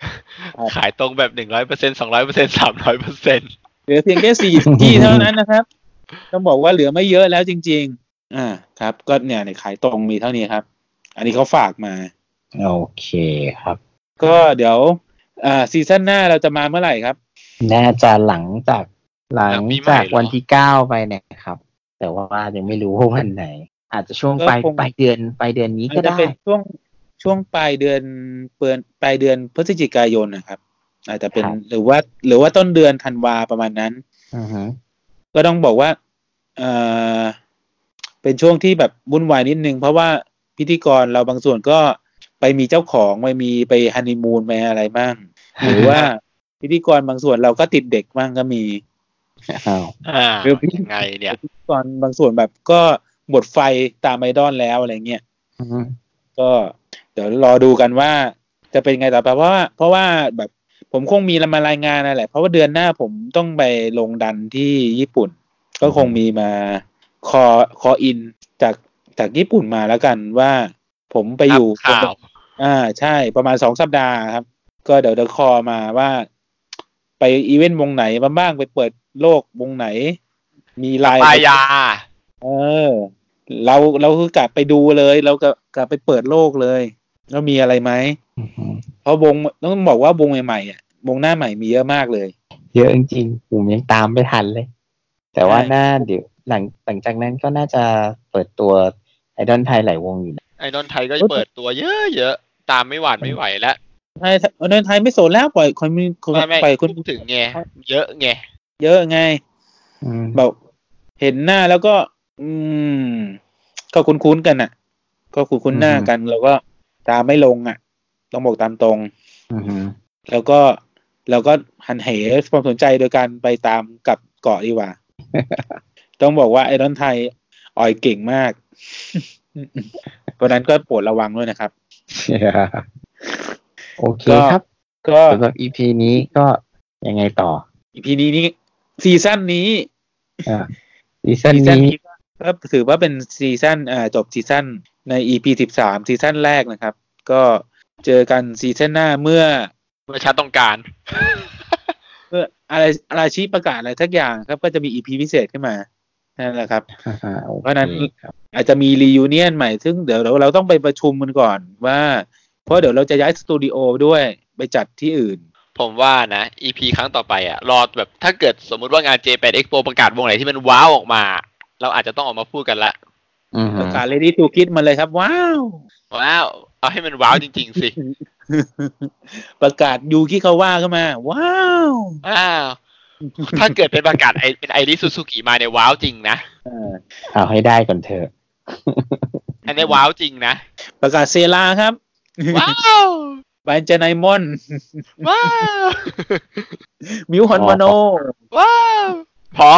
A: ครับ
C: ขายตรงแบบหนึ่งร้อยเปอร์เซ็นสองร้อยเปอร์เซ็นสามร้อยเปอร์เซ็น
A: เหลือเพียงแค่สี่ที่เท่านั้นนะครับ ต้องบอกว่าเหลือไม่เยอะแล้วจริง ๆ อ่าครับ ก็เนี่ยในขายตรงมีเท่านี้ครับ อันนี้เขาฝากมา
B: โอเคครับ
A: ก็เดี๋ยวอ่าซีซั่นหน้าเราจะมาเมื่อไหร่ครับ
B: น่าจะหลังจากหลังจากวันที่เก้าไปเนี่ยครับ แต่ว่ายังไม่รู้ว่าวันไหน อาจจะช่วงปลาย
A: ก็คง
B: ปลายเดือนปลายเดือนนี้
A: มั
B: ก็
A: นจะ
B: ได้
A: เป็นช่วงช่วงปลายเดือนเปือนปลายเดือนพฤศจิกายนนะครับ อาจจะเป็น
B: ครับ
A: หรือว่าหรือว่าต้นเดือนธันวาประมาณนั้น
B: อือฮึ
A: ก็ต้องบอกว่าเออเป็นช่วงที่แบบวุ่นวายนิดนึง เพราะว่าพิธีกรเราบางส่วนก็ไปมีเจ้าของไปมีไปฮันนีมูนไปอะไรบ้างหรือว่าพิธีกรบางส่วนเราก็ติดเด็กบ้างก็มี
B: อ้าว
C: อ่า
A: เดี๋ยวพี่
C: ยังไงเนี่ย
A: พิธีกรบางส่วนแบบก็หมดไฟตามไอดอลแล้วอะไรเงี้ย
B: อือฮึ
A: ก็เดี๋ยวรอดูกันว่าจะเป็นไงต่อไปเพราะว่าเพราะว่าแบบผมคงมีมารายงานนั่นแหละ เพราะว่าเดือนหน้าผมต้องไปลงดันที่ญี่ปุ่น ก็คงมีมาคอคออินจากจากญี่ปุ่นมาแล้วกันว่าผมไปอยู่
C: ข่าว
A: อ่าใช่ประมาณสองสัปดาห์ครับ ก็เดี๋ยวเดยวคอมาว่า ไปอีเวนต์วงไหนมาบ้างไปเปิดโลกวงไหน มีลาย
C: ปายา
A: เออ เราเราคือกลับไปดูเลย เรากลับกลับไปเปิดโลกเลยแล้วมีอะไรไหม
B: อือฮึ
A: เพราะวงต้องบอกว่าวงใหม่ๆอ่ะวงหน้าใหม่มีเยอะมากเลย
B: เยอะจริงๆผมยังตามไม่ทันเลย แต่ว่า
A: ใช่
B: น่าเดี๋ยวหลังหลังจากนั้นก็น่าจะเปิดตัวไอดอลไทยหลายวงอยู่นะ
C: ไอดอนไทยก็จะเปิดตัวเยอะๆ ตามไม่หวานไม่ไหวแล้ว
A: ไทยเดินไทยไม่โสนแล้วปล่อยคนมีคน
C: ไม่ไม่
A: ปล่อยคน
C: พูดถึงไงเยอะไง
A: เยอะไง
B: อืม
A: แบบเห็นหน้าแล้วก็ อืม ก็คุ้นๆกันอ่ะ ก็คุ้นๆหน้ากันเราก็ตามไม่ลงอ่ะต้องบอกตามตรง
B: อือฮึ
A: แล้วก็เราก็หันเหความสนใจโดยการไปตามกับเกาะ ดีกว่า ต้องบอกว่าไอรอนไทยอ่อยเก่งมาก เพราะฉะนั้นก็โปรดระวังด้วยนะครับ
B: โอเค
A: ก็
B: ครับ
A: ก็
B: สำหรับอีพีนี้ก็ยังไงต่อ
A: พีนี้นี่ซีซั่นนี้
B: อ่าซีซั่น
A: ซีซั่
B: นี้
A: ก็ถือว่าเป็นซีซั่นอ่าจบซีซั่นใน EP สิบสามซีซั่นแรกนะครับ ก็เจอกันซีซั่นหน้าเมื่อ
C: เมื่อชัดต้องการ
A: เมื่ออะไรอะไรชี้ประกาศอะไรทักอย่างครับ ก็จะมี EP พิเศษขึ้นมานั่นแหละครับ
B: อ่าโอ
A: เพราะฉะนั้น
B: คครับ
A: อาจจะมีรี u n เนียนใหม่ ซึ่งเดี๋ยวเราเราต้องไปประชุมกันก่อนว่า เพราะเดี๋ยวเราจะย้ายสตูดิโอด้วยไปจัดที่อื่น
C: ผมว่านะ EP ครั้งต่อไปอะรอแบบถ้าเกิดสมมุติว่างาน J8 Expo ประกาศวงไหนที่มันว้าวออกมา เราอาจจะต้องออกมาพูดกันละ
B: อืม
A: ประกาศ Ready to Kid มาเลยครับ ว้าว
C: ว้าว เอาให้มันว้าวจริงๆสิ
A: ประกาศยูคิคาว่าเข้ามา ว้าว
C: ว้าว ถ้าเกิดเป็นประกาศไอเป็นไอริซูซูกิมาเนี่ยว้าวจริงนะ
A: เออ
B: เอาให้ได้ก่อนเถอะ
C: อันนี้ว้าวจริงนะ
A: ประกาศเซราครับ
C: ว้าว
A: บานเจไนม อน
C: ว้าว
A: มิวฮอนมโน
C: ว้าว พอ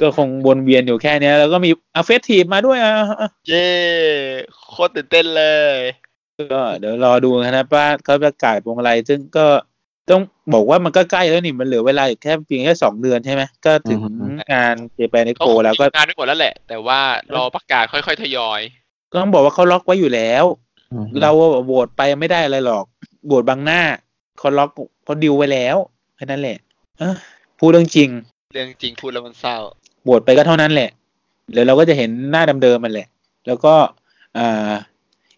A: ก็คงวนเวียนอยู่แค่เนี้ยแล้วก็มีอาเฟสทีฟมาด้วยอ่ะอ่ะ
C: เย้โคตรตื่นเต้นเลย
A: ก็เดี๋ยวรอดูนะครับว่าเขาประกาศวงอะไร ซึ่งก็ต้องบอกว่ามันก็ใกล้แล้วนี่มันเหลือเวลาอีกแค่เพียงแค่สองเดือนใช่ไหมก็ถึง
B: อือฮึ
A: งานเจแปน e
C: ก็
A: โก
C: คง
A: แล้วก็
C: มีงานไปหมดแล้วแหละ แต่ว่ารอประกาศค่อยๆทยอย
A: ก็ต้องบอกว่าเขาล็อกไว้อยู่แล้ว
B: อืม
A: เราโหวตไปไม่ได้อะไรหรอกโหวตบางหน้าเขาล็อกเขาดิวไว้แล้วแค่นั้นแหละเอ้อพูดเรื่องจริง
C: เรื่องจริงพูดแล้วมันเศร้า
A: โหวตไปก็เท่านั้นแหละเดี๋ยวเราก็จะเห็นหน้าเดิมๆมันแหละ แล้วก็อ่า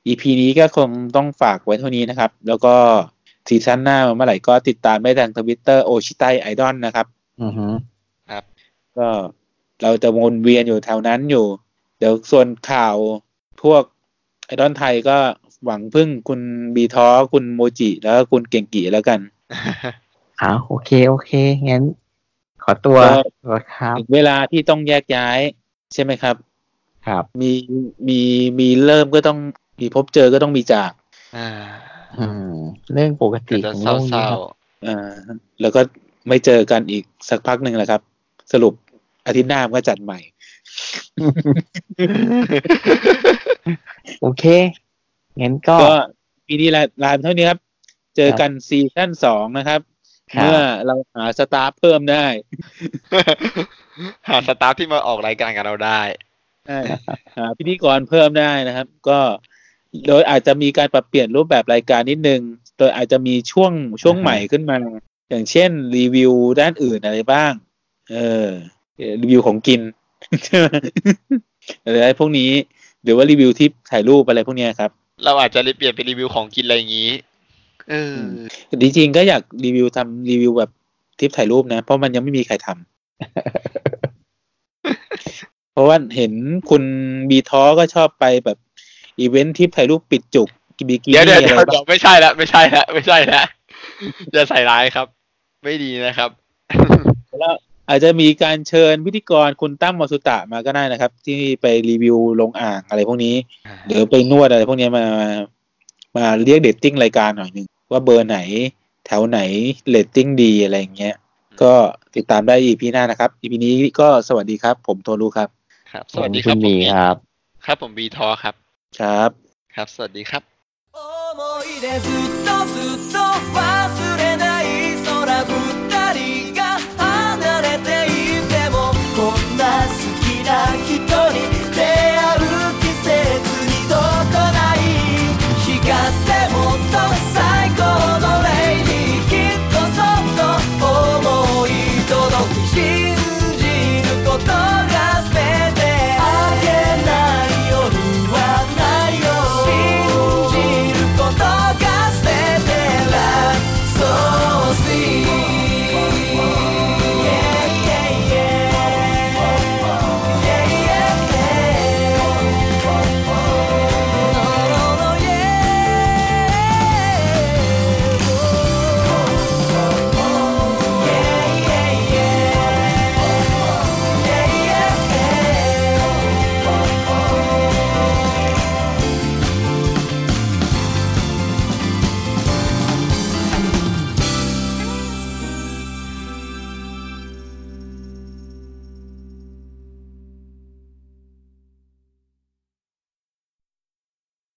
A: EP นี้ก็คงต้องฝากไว้เท่านี้นะครับ แล้วก็ซีซั่นหน้าเมื่อไหร่ก็ติดตามได้ทางทวิตเตอร์โอชิไตไอดอลนะครับ
B: อือฮึ
A: ก็เราจะวนเวียนอยู่แถวนั้นอยู่ เดี๋ยวส่วนข่าวพวกไอดอนไทยก็หวังพึ่งคุณบีท้อคุณโมจิแล้วก็คุณเก่งกีแล้วกัน
B: อ่าโอเคโอเคงั้น ขอตัว
A: ก็
B: ตัวครับ
A: ถึงเวลาที่ต้องแยกย้าย ใช่ไหมครับ
B: ครับ
A: มีมีมีเริ่มก็ต้องมีพบเจอก็ต้องมีจาก
C: อ่า
B: อืมเรื่องปกติ
C: เดี๋ยวจะ
B: ของโลก
C: เศ
B: นี้
C: ร้า
B: ครับ
A: อ่าแล้วก็ไม่เจอกันอีกสักพักหนึ่งแหละครับ สรุปอาทิตย์หน้ามันก็จัดใหม่
C: ๆ
B: โอเคงั้นก็
A: ก็ปีนี้ลาลาเท่านี้ครับ เจอกันซีซั่นสองนะครับ
B: ครับ
A: เมื่อเราหาสตาฟเพิ่มได้
C: หา สตาฟที่มาออกรายการกับเราได้
A: ได้ หา พิธีกรเพิ่มได้นะครับ ก็โดยอาจจะมีการปรับเปลี่ยนรูปแบบรายการนิดนึง โดยอาจจะมีช่วงช่วง
B: อ่าฮะ
A: ใหม่ขึ้นมา อย่างเช่น รีวิวด้านอื่นอะไรบ้าง เออเอ่อรีวิวของกิน อะไรพวกนี้ หรือว่ารีวิวที่ถ่ายรูปอะไรพวกเนี้ยครับ
C: เราอาจจะเปลี่ยนเป็นรีวิวของกินอะไรอย่างนี้ เอออ
A: ม จริงๆก็อยากรีวิวทำรีวิวแบบทริปถ่ายรูปนะ เพราะมันยังไม่มีใคร ทำ เพราะว่าเห็นคุณบีท้อก็ชอบไปแบบอีเวนท์ทริปถ่ายรูปปิดจุกบิกิ
C: เดี๋
A: นี่
C: ยว
A: อะไร
C: เดี๋ยวเดี๋ยว
A: บ้าง
C: เดี๋ยวไม่ใช่ละไม่ใช่ละไม่ใช่ละอย่าใส่ร้ายครับ ไม่ดีนะครับ
A: แล้วอาจจะมีการเชิญพิธีกรคุณตั้มมอสุตะมาก็ได้นะครับ ที่ไปรีวิวลงอ่างอะไรพวกนี้ เดี๋ยวไปนวดอะไรพวกเนี้ยมามามาเรียกเดตติ้งรายการหน่อยหนึ่งว่าเบอร์ไหน แถวไหนเรตติ้งดีอะไรอย่างเงี้ย ก็ติดตามได้ EP หน้านะครับ EP นี้ก็สวัสดีครับ ผมโทรู้ครับ
C: ครับ ส
B: ผ
C: วัส
B: ม
C: ดีค
B: คุ
C: รับ
B: ณ
C: ผ
B: บี
C: ม
B: ครับ
C: ครับผมบีทอครับ
A: ครับ
C: ครับ สวัสดีครับ
D: 思い出ずっとずっと忘